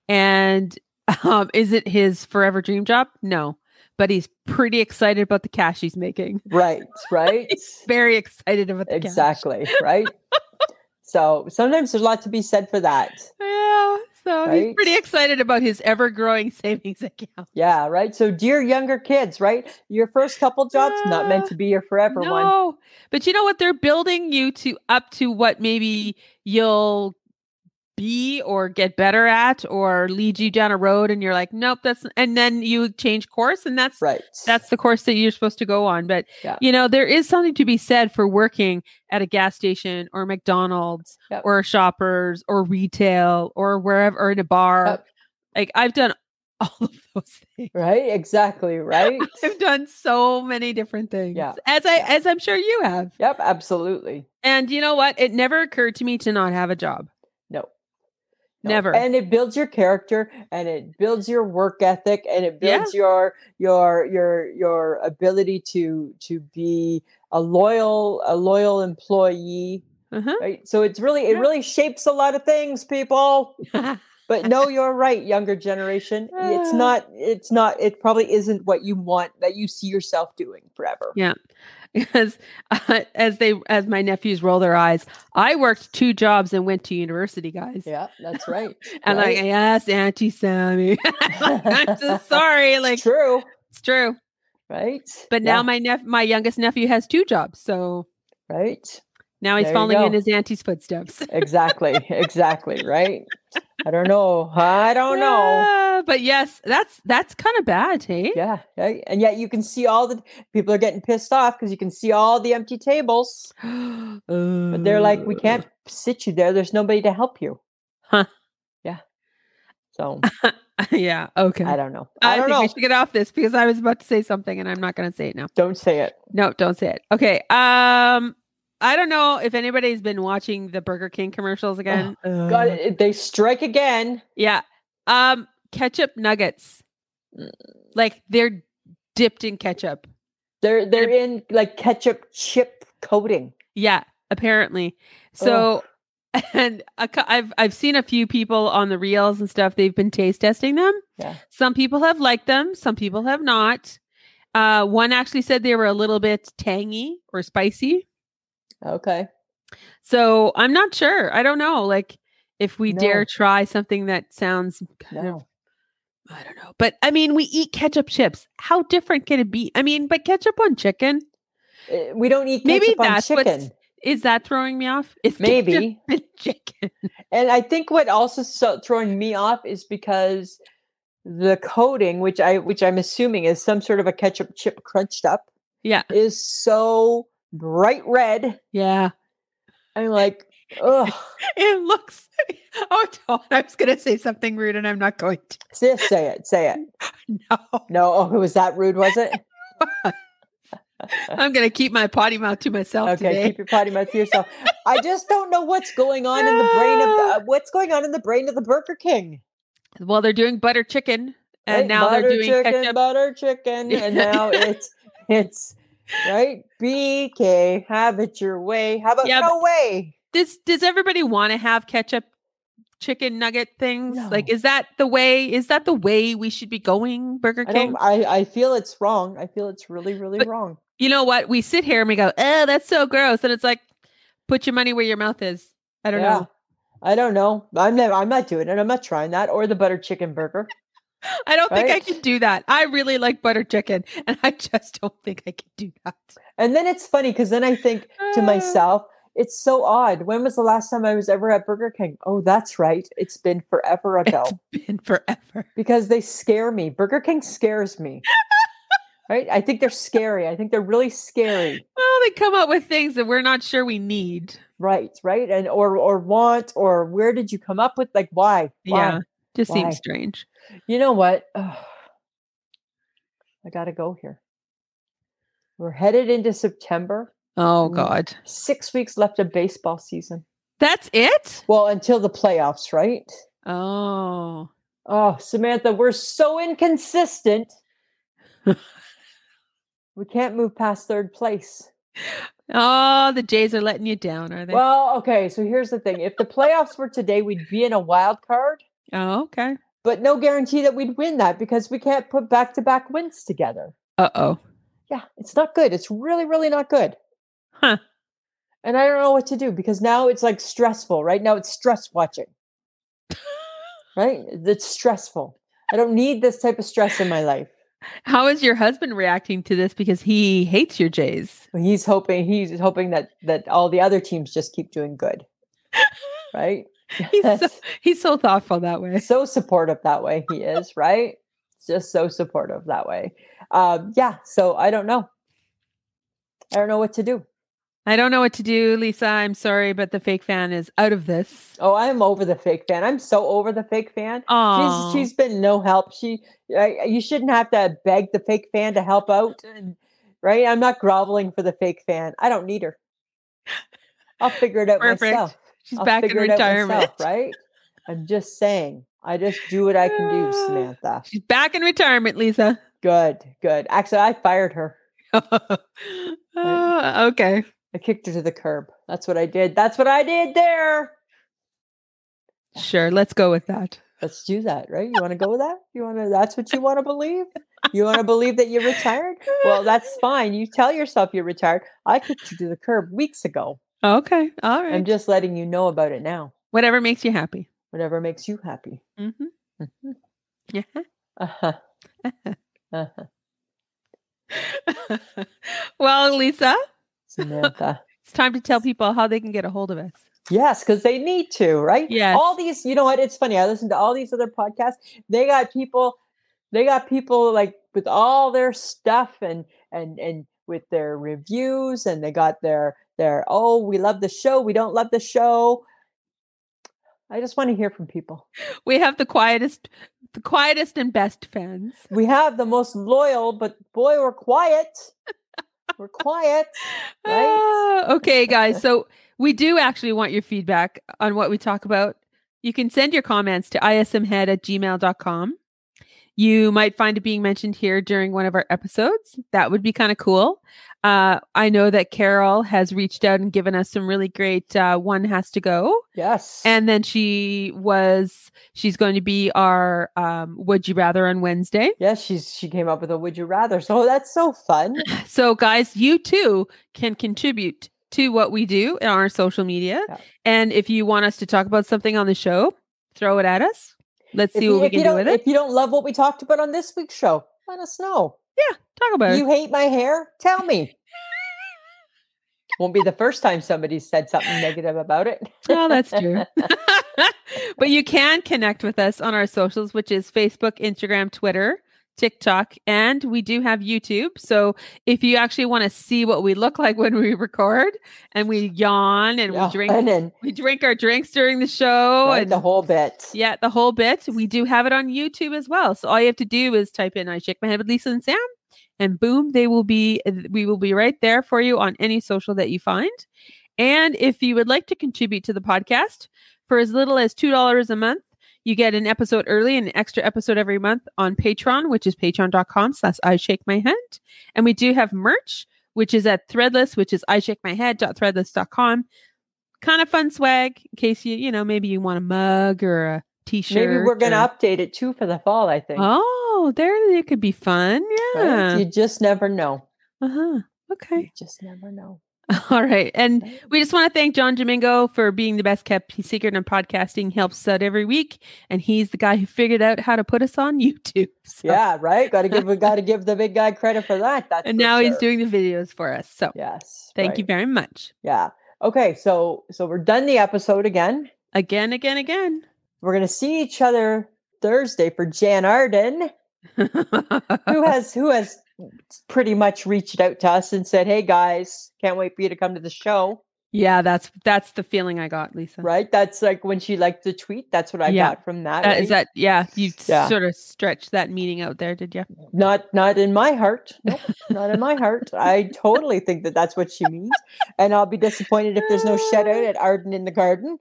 Speaker 2: And um, is it his forever dream job? No. But he's pretty excited about the cash he's making.
Speaker 1: right, right.
Speaker 2: Very excited about the cash.
Speaker 1: exactly, right? So sometimes there's a lot to be said for that.
Speaker 2: Yeah. So he's
Speaker 1: Right?
Speaker 2: pretty excited about his ever growing savings account.
Speaker 1: Yeah, right. So dear younger kids, right? Your first couple jobs not meant to be your forever one.
Speaker 2: Ah, No, but you know what? They're building you to up to what maybe you'll be or get better at, or lead you down a road, and you're like, nope, that's. And then you change course, and that's
Speaker 1: Right.
Speaker 2: that's the course that you're supposed to go on. But
Speaker 1: Yeah.
Speaker 2: you know, there is something to be said for working at a gas station or McDonald's
Speaker 1: Yep.
Speaker 2: or Shoppers or retail or wherever or in a bar.
Speaker 1: Yep.
Speaker 2: Like I've done all of those things.
Speaker 1: right? Exactly, right?
Speaker 2: I've done so many different things.
Speaker 1: Yeah.
Speaker 2: As I
Speaker 1: Yeah.
Speaker 2: as I'm sure you have.
Speaker 1: yep, absolutely.
Speaker 2: And you know what? It never occurred to me to not have a job.
Speaker 1: No. No.
Speaker 2: Never.
Speaker 1: And it builds your character and it builds your work ethic and it builds your your your your ability to to be a loyal a loyal employee,
Speaker 2: Uh-huh.
Speaker 1: right? So it's really it
Speaker 2: Yeah.
Speaker 1: really shapes a lot of things, people. but no you're right younger generation it's
Speaker 2: Ah.
Speaker 1: not it's not it probably isn't what you want that you see yourself doing forever
Speaker 2: Yeah. As uh, as they as my nephews roll their eyes, I worked two jobs and went to university, guys.
Speaker 1: yeah that's right
Speaker 2: And like,
Speaker 1: right?
Speaker 2: yes, Auntie Sammy. Like, I'm so sorry. Like
Speaker 1: it's true
Speaker 2: it's true.
Speaker 1: right
Speaker 2: But
Speaker 1: Yeah,
Speaker 2: now my nep- my youngest nephew has two jobs, so
Speaker 1: right
Speaker 2: now he's
Speaker 1: There you
Speaker 2: following in
Speaker 1: go.
Speaker 2: his auntie's footsteps.
Speaker 1: exactly exactly right i don't know i don't know
Speaker 2: Yeah, but yes, that's that's kind of bad, hey?
Speaker 1: yeah, yeah and yet you can see all the people are getting pissed off because you can see all the empty tables but they're like we can't sit you there there's nobody to help you
Speaker 2: Mm. Huh.
Speaker 1: yeah so
Speaker 2: yeah. Okay.
Speaker 1: i don't know i don't
Speaker 2: think we
Speaker 1: know
Speaker 2: should get off this because I was about to say something and I'm not going to say it now.
Speaker 1: don't say it
Speaker 2: No, don't say it. Okay. Um, I don't know if anybody's been watching the Burger King commercials again.
Speaker 1: God,
Speaker 2: Uh,
Speaker 1: it- they strike again.
Speaker 2: Yeah. Um, ketchup nuggets.
Speaker 1: Mm.
Speaker 2: Like they're dipped in ketchup.
Speaker 1: They're they're in like ketchup chip coating.
Speaker 2: Yeah, apparently. So, and a cou- I've I've seen a few people on the reels and stuff. They've been taste testing them.
Speaker 1: Yeah.
Speaker 2: Some people have liked them. Some people have not. Uh, one actually said they were a little bit tangy or spicy.
Speaker 1: Okay.
Speaker 2: So I'm not sure. I don't know. Like if we
Speaker 1: No.
Speaker 2: dare try something that sounds kind of
Speaker 1: No.
Speaker 2: I don't know. But I mean, we eat ketchup chips. How different can it be? I mean, but ketchup on chicken
Speaker 1: Uh, We don't eat
Speaker 2: Maybe
Speaker 1: ketchup on
Speaker 2: that's what's-
Speaker 1: chicken.
Speaker 2: is that throwing me off? It's ketchup
Speaker 1: Maybe.
Speaker 2: and chicken.
Speaker 1: And I think what also so throwing me off is because the coating, which I which I'm assuming is some sort of a ketchup chip crunched up,
Speaker 2: Yeah.
Speaker 1: is so bright red.
Speaker 2: Yeah.
Speaker 1: I'm like, ugh,
Speaker 2: It looks. Oh, don't. I was going to say something rude and I'm not going to.
Speaker 1: sis, say it, say it.
Speaker 2: No.
Speaker 1: No, oh, was that rude? Was it?
Speaker 2: I'm going to keep my potty mouth to myself
Speaker 1: Okay,
Speaker 2: today.
Speaker 1: keep your potty mouth to yourself. I just don't know what's going on in the brain of the, uh, what's going on in the brain of the Burger King.
Speaker 2: Well, they're doing butter chicken and
Speaker 1: right?
Speaker 2: now
Speaker 1: butter
Speaker 2: they're doing
Speaker 1: chicken,
Speaker 2: ketchup.
Speaker 1: butter chicken, and now it's it's right. BK, have it your way. How about
Speaker 2: Yeah,
Speaker 1: no way?
Speaker 2: Does, does everybody want to have ketchup chicken nugget things? Like,
Speaker 1: No.
Speaker 2: is that the way? Is that the way we should be going, Burger
Speaker 1: I
Speaker 2: King?
Speaker 1: don't. I I feel it's wrong. I feel it's really really
Speaker 2: But-
Speaker 1: wrong.
Speaker 2: you know what? We sit here and we go, oh, that's so gross. And it's like, put your money where your mouth is. I don't know.
Speaker 1: I don't know. I'm not. I'm not doing it. I'm not trying that or the butter chicken burger.
Speaker 2: I don't think I
Speaker 1: Right?
Speaker 2: can do that. I really like butter chicken and I just don't think I can do that.
Speaker 1: And then it's funny because then I think to
Speaker 2: Uh,
Speaker 1: myself, it's so odd. When was the last time I was ever at Burger King? Oh, that's right. It's been forever ago.
Speaker 2: It's been forever.
Speaker 1: because they scare me. Burger King scares me. right? I think they're scary. I think they're really scary.
Speaker 2: Well, they come up with things that we're not sure we need.
Speaker 1: Right, right? And or or want or where did you come up with like why?
Speaker 2: Yeah.
Speaker 1: Why?
Speaker 2: Just
Speaker 1: Why?
Speaker 2: seems strange.
Speaker 1: You know what? Ugh. I got to go here. We're headed into September.
Speaker 2: Oh,
Speaker 1: Mm.
Speaker 2: God.
Speaker 1: 6 weeks left of baseball season.
Speaker 2: That's it?
Speaker 1: Well, until the playoffs, right?
Speaker 2: Oh.
Speaker 1: Oh, Samantha, we're so inconsistent. we can't move past third place.
Speaker 2: Oh, the Jays are letting you down, are they?
Speaker 1: Well, okay. So here's the thing: if the playoffs were today, we'd be in a wild card,
Speaker 2: oh, okay.
Speaker 1: but no guarantee that we'd win that because we can't put back-to-back wins together.
Speaker 2: Uh oh.
Speaker 1: Yeah, it's not good. It's really, really not good.
Speaker 2: Huh.
Speaker 1: And I don't know what to do because now it's like stressful. Right now, it's stress watching. right? It's stressful. I don't need this type of stress in my life.
Speaker 2: How is your husband reacting to this? Because he hates your Jays.
Speaker 1: He's hoping he's hoping that that all the other teams just keep doing good. Right?
Speaker 2: He's so, he's so thoughtful that way.
Speaker 1: so supportive that way he is right just so supportive that way um yeah so i don't know i don't know what to do
Speaker 2: I don't know what to do, Lisa. I'm sorry, but the fake fan is out of this.
Speaker 1: oh i'm over the fake fan i'm so over the fake fan
Speaker 2: Oh,
Speaker 1: she's she's been no help she I, you shouldn't have to beg the fake fan to help out and, right i'm not groveling for the fake fan i don't need her i'll figure it out
Speaker 2: Perfect.
Speaker 1: myself
Speaker 2: she's
Speaker 1: I'll
Speaker 2: back in
Speaker 1: figure it out myself,
Speaker 2: retirement.
Speaker 1: right i'm just saying i just do what i can do samantha
Speaker 2: She's back in retirement, Lisa.
Speaker 1: good good actually i fired her
Speaker 2: Ah, okay.
Speaker 1: I kicked her to the curb. That's what I did. That's what I did there.
Speaker 2: Sure. Let's go with that.
Speaker 1: Let's do that, right? You want to go with that? You want to? That's what you want to believe. You want to believe that you're retired? Well, that's fine. You tell yourself you're retired. I kicked you to the curb weeks ago.
Speaker 2: Okay. All right.
Speaker 1: I'm just letting you know about it now.
Speaker 2: Whatever makes you happy.
Speaker 1: Whatever makes you happy.
Speaker 2: Mm-hmm.
Speaker 1: Mhm.
Speaker 2: Yeah.
Speaker 1: Uh-huh. Uh-huh.
Speaker 2: well, Lisa,
Speaker 1: Samantha.
Speaker 2: it's time to tell people how they can get a hold of us.
Speaker 1: Yes, because they need to, right?
Speaker 2: Yes.
Speaker 1: All these, you know what? It's funny. I listen to all these other podcasts. They got people, they got people like with all their stuff and and and with their reviews, and they got their their oh, we love the show, we don't love the show. I just want to hear from people.
Speaker 2: We have the quietest, the quietest and best fans.
Speaker 1: We have the most loyal, but boy, we're quiet. We're quiet. Right.
Speaker 2: Ah, okay, guys. So we do actually want your feedback on what we talk about. You can send your comments to ismhead at gmail.com. You might find it being mentioned here during one of our episodes. That would be kind of cool. Uh, I know that Carol has reached out and given us some really great uh, one has to go.
Speaker 1: Yes.
Speaker 2: And then she was, she's going to be our um, Would You Rather on Wednesday.
Speaker 1: yes, she's she came up with a would you rather. So that's so fun.
Speaker 2: So, guys, you too can contribute to what we do on our social media.
Speaker 1: Yeah.
Speaker 2: And if you want us to talk about something on the show, throw it at us. Let's
Speaker 1: If
Speaker 2: see
Speaker 1: you-
Speaker 2: what we
Speaker 1: if you
Speaker 2: can do
Speaker 1: don't-
Speaker 2: with it.
Speaker 1: If you don't love what we talked about on this week's show, let us know.
Speaker 2: Talk about it.
Speaker 1: You hate my hair? Tell me. Won't be the first time somebody said something negative about it.
Speaker 2: Oh, that's true. but you can connect with us on our socials, which is Facebook, Instagram, Twitter, TikTok, and we do have YouTube. So if you actually want to see what we look like when we record and we yawn and
Speaker 1: Yeah,
Speaker 2: we drink
Speaker 1: and then
Speaker 2: we drink our drinks during the show
Speaker 1: right,
Speaker 2: and
Speaker 1: the whole bit.
Speaker 2: Yeah, the whole bit. We do have it on YouTube as well. So all you have to do is type in I shake my head with Lisa and Sam and boom, they will be we will be right there for you on any social that you find. And if you would like to contribute to the podcast for as little as $2 a month, you get an episode early and an extra episode every month on Patreon, which is patreon.com slash I shake my head. And we do have merch, which is at threadless, which is I shake my head.threadless.com. Kind of fun swag in case you, you know, maybe you want a mug or a t-shirt.
Speaker 1: Maybe we're going to
Speaker 2: or-
Speaker 1: update it too for the fall, I think.
Speaker 2: Oh, there it could be fun.
Speaker 1: Right?
Speaker 2: Yeah.
Speaker 1: You just never know.
Speaker 2: Uh-huh. Okay.
Speaker 1: You just never
Speaker 2: Oh.
Speaker 1: know.
Speaker 2: All right. And
Speaker 1: Right?
Speaker 2: We just want to thank John Domingo for being the best kept secret in podcasting. He helps us out every week, and he's the guy who figured out how to put us on YouTube. So-
Speaker 1: Yeah, right? Got to give we got to give the big guy credit for that. That's
Speaker 2: and
Speaker 1: for
Speaker 2: now he's
Speaker 1: sure.
Speaker 2: doing the videos for us. So
Speaker 1: Yes.
Speaker 2: thank
Speaker 1: right.
Speaker 2: you very much.
Speaker 1: Yeah. Okay, so so we're done the episode again.
Speaker 2: Again, again, again.
Speaker 1: We're going to see each other Thursday for Jan Arden, who has who has pretty much reached out to us and said, "Hey guys, can't wait for you to come to the show."
Speaker 2: yeah, that's that's the feeling I got, Lisa.
Speaker 1: Right? That's like when she liked the tweet. That's what I
Speaker 2: Yeah.
Speaker 1: got from that.
Speaker 2: That, is
Speaker 1: right?
Speaker 2: that yeah? You
Speaker 1: Yeah.
Speaker 2: sort of stretched that meaning out there, did you?
Speaker 1: not not in my heart? Nope, not in my heart. I totally think that that's what she means, and I'll be disappointed if there's no shout out at Arden in the Garden.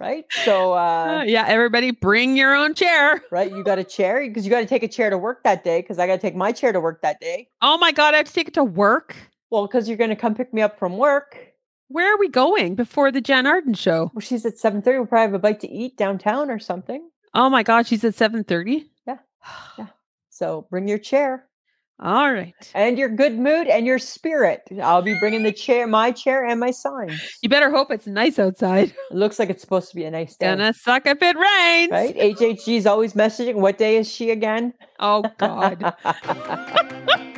Speaker 1: Right? So. uh
Speaker 2: Uh, yeah, everybody, bring your own chair.
Speaker 1: Right, you got a chair because you got to take a chair to work that day. Because I got to take my chair to work that day.
Speaker 2: Oh my God, I have to take it to work.
Speaker 1: Well, because you're going to come pick me up from work.
Speaker 2: Where are we going before the Jan Arden show?
Speaker 1: Well, she's at seven thirty. We'll probably have a bite to eat downtown or something.
Speaker 2: Oh my God, she's at seven thirty.
Speaker 1: Yeah. So bring your chair
Speaker 2: All right.
Speaker 1: and your good mood and your spirit. I'll be bringing the chair, my chair, and my signs.
Speaker 2: You better hope it's nice outside.
Speaker 1: It looks like it's supposed to be a nice day,
Speaker 2: Gonna suck if it rains.
Speaker 1: right? HHG's always messaging. What day is she again?
Speaker 2: Oh God.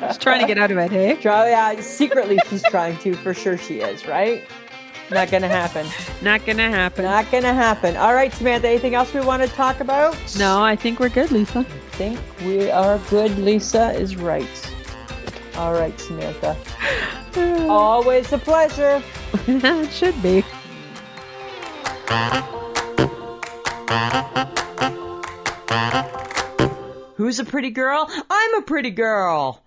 Speaker 2: She's trying to get out of it, hey?
Speaker 1: Try, yeah, uh, secretly she's trying to. For sure she is. Right? Not gonna happen.
Speaker 2: Not gonna happen.
Speaker 1: Not gonna happen. All right, Samantha. Anything else we want to talk about?
Speaker 2: No, I think we're good, Lisa.
Speaker 1: I think we are good. Lisa is right. All right, Samantha. Always a pleasure.
Speaker 2: it should be.
Speaker 1: Who's a pretty girl? I'm a pretty girl.